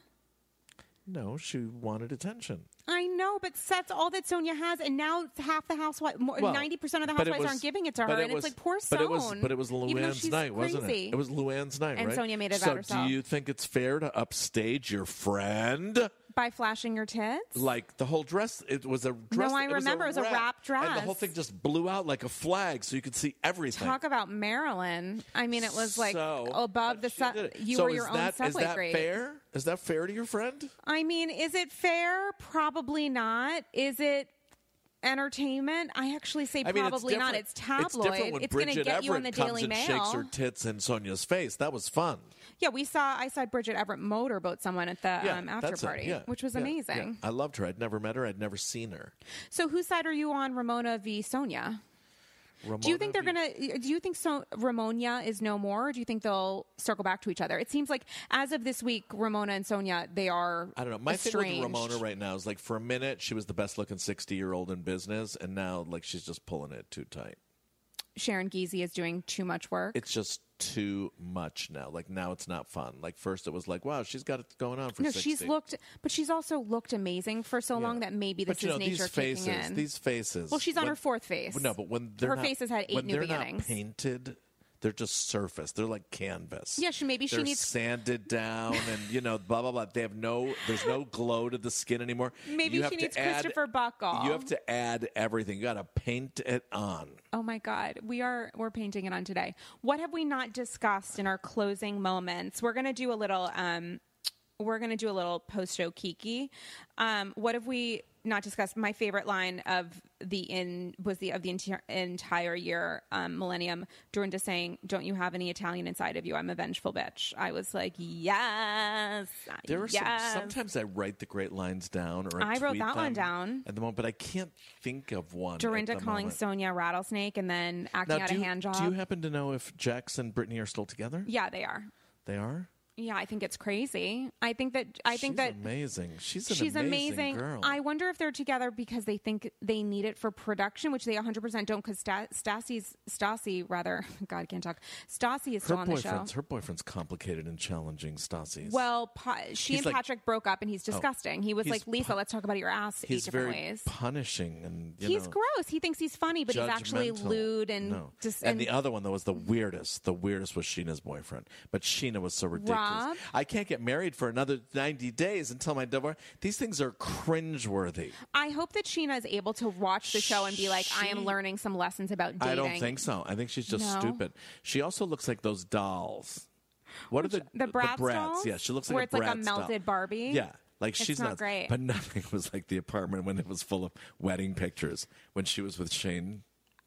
No, she wanted attention. I know, but that's all that Sonia has, and now it's half the housewives, Well, ninety percent of the but it housewives was- aren't giving it to her, but and was- it's like poor Son. But it was, but it was even though Luann's she's night, wasn't crazy. it? It was Luann's night, And right? Sonia made it so about herself. do you think it's fair to upstage your friend? by flashing your tits. like the whole dress it was a dress I remember, it was a wrap and the dress. whole thing just blew out like a flag so you could see everything Talk about Marilyn. I mean, it was like so, above but the she su- did it. you so were is your own that, subway is that grade. fair is that fair to your friend I mean, is it fair? Probably not. Is it entertainment? I actually say I mean, it's probably not. different- It's tabloid. It's, different when going Bridget to get Everett you on the comes Daily and Mail. shakes her tits in Sonia's face. That was fun. Yeah, we saw. I saw Bridget Everett motorboat someone at the Yeah, um, after that's it. party, Yeah, which was yeah, amazing. yeah. I loved her. I'd never met her. I'd never seen her. So, whose side are you on, Ramona v. Sonia? Do you think they're Ramona gonna? Do you think so? Ramona is no more. Or do you think they'll circle back to each other? It seems like as of this week, Ramona and Sonia they are. I don't know. My thing estranged. with Ramona right now is like for a minute she was the best looking sixty year old in business, and now like she's just pulling it too tight. Sharon Geezy is doing too much work. It's just too much now. Like now it's not fun. Like first it was like wow she's got it going on for no, 60. she's looked, but she's also looked amazing for so long that maybe this but you is know nature these faces kicking in. these faces. well, she's on when- her fourth face. No, but when they're her not, face has had eight when new they're beginnings. not painted. They're just surface. They're like canvas. Yeah, she- maybe she They're needs- sanded down, and you know, blah blah blah. They have no. There's no glow to the skin anymore. Maybe You she have to needs add- Christopher Buckall. You have to add everything. You got to paint it on. oh my God, we are we're painting it on today. What have we not discussed in our closing moments? We're gonna do a little. um We're gonna do a little post show kiki. Um, what have we not discussed? My favorite line of the in was the of the entire entire year um, millennium. Dorinda saying, "Don't you have any Italian inside of you? I'm a vengeful bitch." I was like, "Yes, There are yes." some, sometimes I write the great lines down, or I, I wrote tweet that one them down. at the moment, but I can't think of one. at Dorinda the calling moment. Sonia rattlesnake and then acting Now, out do, a hand job. do you happen to know if Jax and Brittany are still together? yeah, they are. They are. Yeah, I think it's crazy. I think that I think She's that amazing. She's an she's amazing, amazing. girl. I wonder if they're together because they think they need it for production, which they 100% don't. Because Stassi's Stassi, rather, <laughs> God I can't talk. Stassi is still her on the show. boyfriend's her boyfriend's complicated and challenging. Stassi's Well, pa- she He's and like- Oh. Patrick broke up, and he's disgusting. he was He's like, "Lisa, let's talk about your ass eight he's different very ways." punishing and you He's know, gross. He thinks he's funny, but he's actually judgmental. lewd and No. dis- and, the other one that was the weirdest. The weirdest was Sheena's boyfriend, but Sheena was so ridiculous. Rob? I can't get married for another ninety days until my divorce. These things are cringeworthy. I hope that Sheena is able to watch the show and be like, "I am She- learning some lessons about dating." I don't think so. I think she's just No. stupid. She also looks like those dolls. What are the the Bratz dolls? Yeah, she looks like Where a it's like a Bratz doll. melted Barbie? Yeah. Like It's she's not nuts. great. but <laughs> nothing was like the apartment when it was full of wedding pictures when she was with Shane.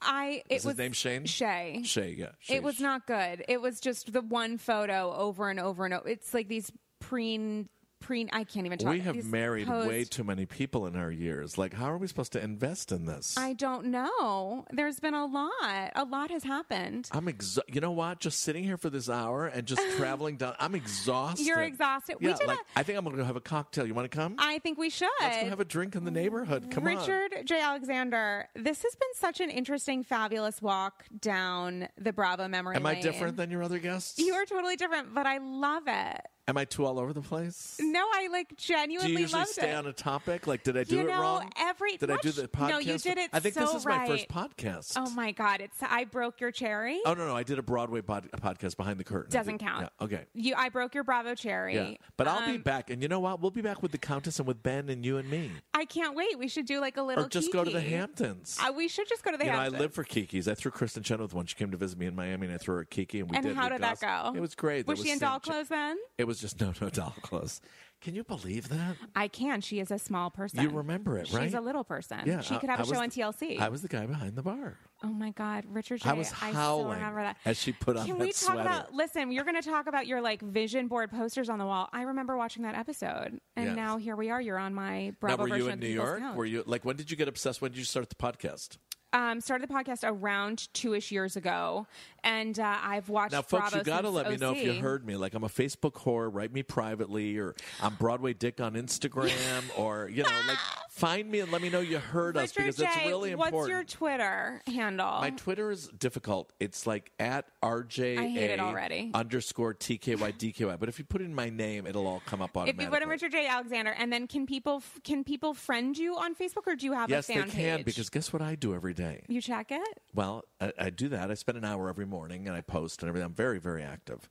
I it Is his was name Shane? Shay. Shay, yeah. Shay, It was not good. It was just the one photo over and over and over. It's like these preen preen. I can't even talk. We have these married posed- way too many people in our years. Like, how are we supposed to invest in this? I don't know. There's been a lot. A lot has happened. I'm exhausted. You know what? Just sitting here for this hour <laughs> and just traveling down. I'm exhausted. You're exhausted. We Yeah, did like, a- I think I'm going to have a cocktail. You want to come? I think we should. Let's go have a drink in the neighborhood. Come on. Richard J. Alexander, this has been such an interesting, fabulous walk down the Bravo memory Am I lane. different than your other guests? You are totally different, but I love it. Am I too all over the place? No, I like Do you genuinely usually loved stay it. on a topic? Like, did I do You it know, wrong? every- did I do much- the podcast? No, you did it I think so this is my first right. podcast. oh my god, it's I broke your cherry. Oh no, no, I did a Broadway pod- podcast behind the curtain. I Doesn't think- count. yeah, okay. You, I broke your Bravo cherry. Yeah, but I'll Um, be back, and you know what? We'll be back with the Countess and with Ben and you and me, I can't wait. We should do like a little. or just go to the Kiki. Hamptons. Uh, we should just go to the you know, I Hamptons. live for Kiki's. I threw Kristen Chenoweth with one. She came to visit me in Miami, and I threw her a Kiki, and we and did. how We did that gossiped. go? It was great. Was There she in Sam doll Ch- clothes then? It was just no, no doll clothes. Can you believe that? I can. She is a small person. You remember it, right? She's a little person. Yeah, she I- could have I a show was on the- TLC. I was the guy behind the bar. oh my God, Richard J. I was still howling remember that. as she put on Can that we talk sweater. about? Listen, you're going to talk about your like vision board posters on the wall. I remember watching that episode, and Yes. now here we are. You're on my Now, Bravo were version you of in New the People's York? Count. Were you like when did you get obsessed? When did you start the podcast? um, started the podcast around two ish years ago, and uh, I've watched. Now, folks, Bravo you got to since let me know if you OC. heard me. Like, I'm a Facebook whore. Write me privately, or I'm Broadway Dick <laughs> on Instagram, or you know, like find me and let me know you heard us Richard because J. it's really what's important. your Twitter handle? My Twitter is difficult. It's like at RJ I hate it already. underscore TKYDKY. But if you put in my name, it'll all come up if automatically. you put in Richard J. Alexander, and then can people f- can people friend you on Facebook, or do you have a yes, they fan can page? because guess what I do every day? you check it. Well, I, I do that. I spend an hour every morning and I post and everything. I'm very, very active.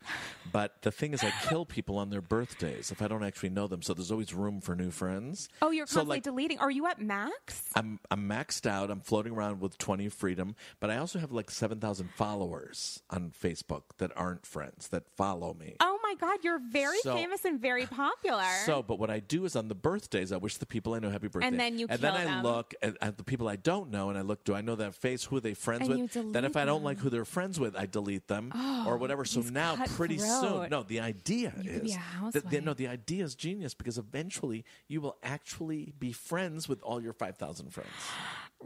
But the thing is, I kill people on their birthdays if I don't actually know them. So there's always room for new friends. Oh, you're so constantly like. deleting. Are you at max? I'm I'm maxed out. I'm floating around with 20 freedom, but I also have like 7,000 followers on Facebook that aren't friends that follow me. Oh my God, you're very So- famous and very popular. So, but what I do is on the birthdays, I wish the people I know happy birthday, then you and then kill I them. look at, at the people I don't know, and I look, do I know that face? Who are they friends And with? you then if delete Oh, I don't like who they're friends with, I delete them or whatever. So now, pretty soon, cutthroat. no, the idea You is could be a that the- no, housewife. the idea is genius because eventually you will actually be friends with all your five thousand friends.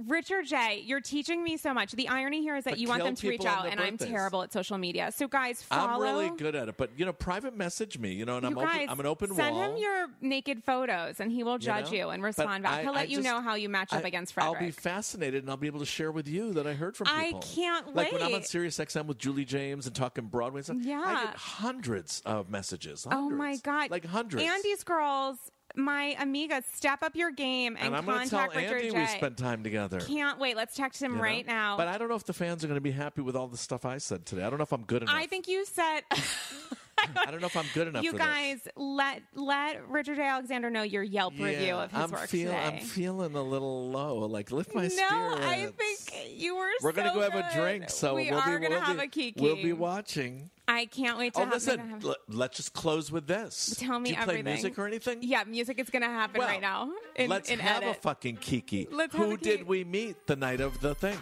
Richard J, you're teaching me so much. The irony here is that But you want kill them to reach people on out, their and I'm birthdays. terrible at social media. So, guys, I'm follow. really good at it, but you know, private message me, you know, and you I'm guys, open, I'm an open send wall. him your naked photos, and he will you know? judge you, and But respond back. I- He'll I let you just- know how you match up I- against I'll be Frederick. fascinated and I'll be able to share with you that I heard from I people. can't Like when I'm on wait. Sirius XM with Julie James and talking Broadway and stuff, I Yeah. get hundreds of messages. oh my hundreds, God, Like hundreds. Andy's girls, my amigas, step up your game and, and I'm gonna contact tell Richard Andy J. we spent time together. you Can't wait. Let's text him know? right now. But I don't know if the fans are going to be happy with all the stuff I said today. I don't know if I'm good enough. I think you <laughs> said. <laughs> I don't know if I'm good enough You for guys, this. let let Richard J. Alexander know your Yelp review Yeah, of his I'm work feel- today. I'm feeling a little low. Like lift my no, spirits. I think you were. We're going to go have a drink, so we will are be, gonna we'll have be, a kiki. We'll be watching. I can't wait to Oh, have. we're gonna listen. have- Let, let's just close with this. Tell me Do you play everything. music or anything? yeah, music is going to happen Well, right now. In, let's in have edit. a fucking kiki. Let's have Who a did kiki. we meet the night of the thing?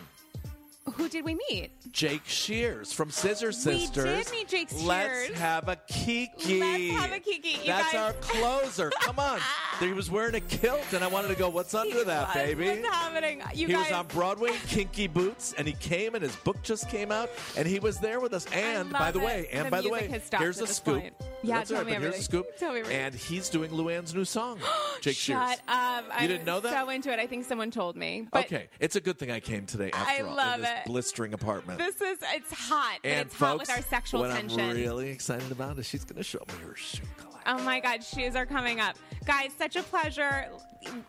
Who did we meet? Jake Shears from Scissor Sisters. meet Jake Let's Shears. have a kiki. Let's have a kiki, you That's guys. our closer. Come <laughs> on. He was wearing a kilt, and I wanted to go, what's under that, What's baby? happening? You he guys. was on Broadway in kinky boots, and he came, and his book just came out, and he was there with us. And love by the it. way, and The by the music way, has stopped here's at a this scoop. point. Yeah, That's tell all right, me but here's a everything. scoop. Tell me everything. And he's doing Luann's <gasps> new song, Jake Shears. Shut up. I You didn't know was that? So into it. I think someone told me. But okay, it's a good thing I came today. After I all, love in this it. blistering apartment. This is it's hot, but and it's folks, hot with our sexual what tension. I'm really excited about is she's going to show me her shoe collection. Oh my God, shoes are coming up. Guys, such a pleasure.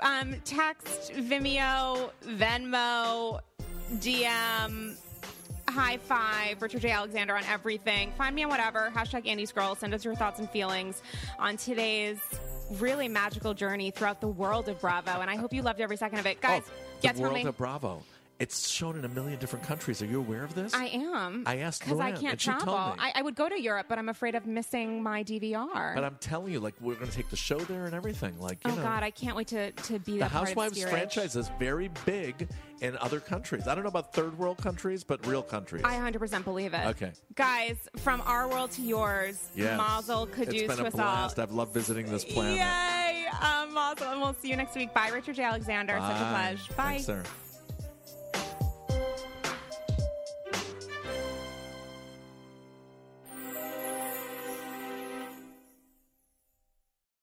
Um, text, Vimeo, Venmo, DM, high five, Richard J. Alexander on everything. Find me on whatever, hashtag Andy Scroll. Send us your thoughts and feelings on today's really magical journey throughout the world of Bravo. And I hope you loved every second of it. Guys, oh, yes, for the world me. of Bravo. It's shown in a million different countries. Are you aware of this? I am. I asked because I Luann, can't and she told travel. me. I, I would go to Europe, but I'm afraid of missing my DVR. But I'm telling you, like we're going to take the show there and everything. Like, you oh know, God, I can't wait to to be the that part of Housewives Steerage. franchise is very big in other countries. I don't know about third world countries, but real countries. I 100% believe it. Okay. Guys, from our world to yours, Yes. Mazel It's Caduce been to a us blast. all. I've loved visiting this planet. Yay! Um, Mazel, and we'll see you next week. Bye, Richard J. Alexander. Such a Bye. pleasure. Bye. Thanks, Sarah.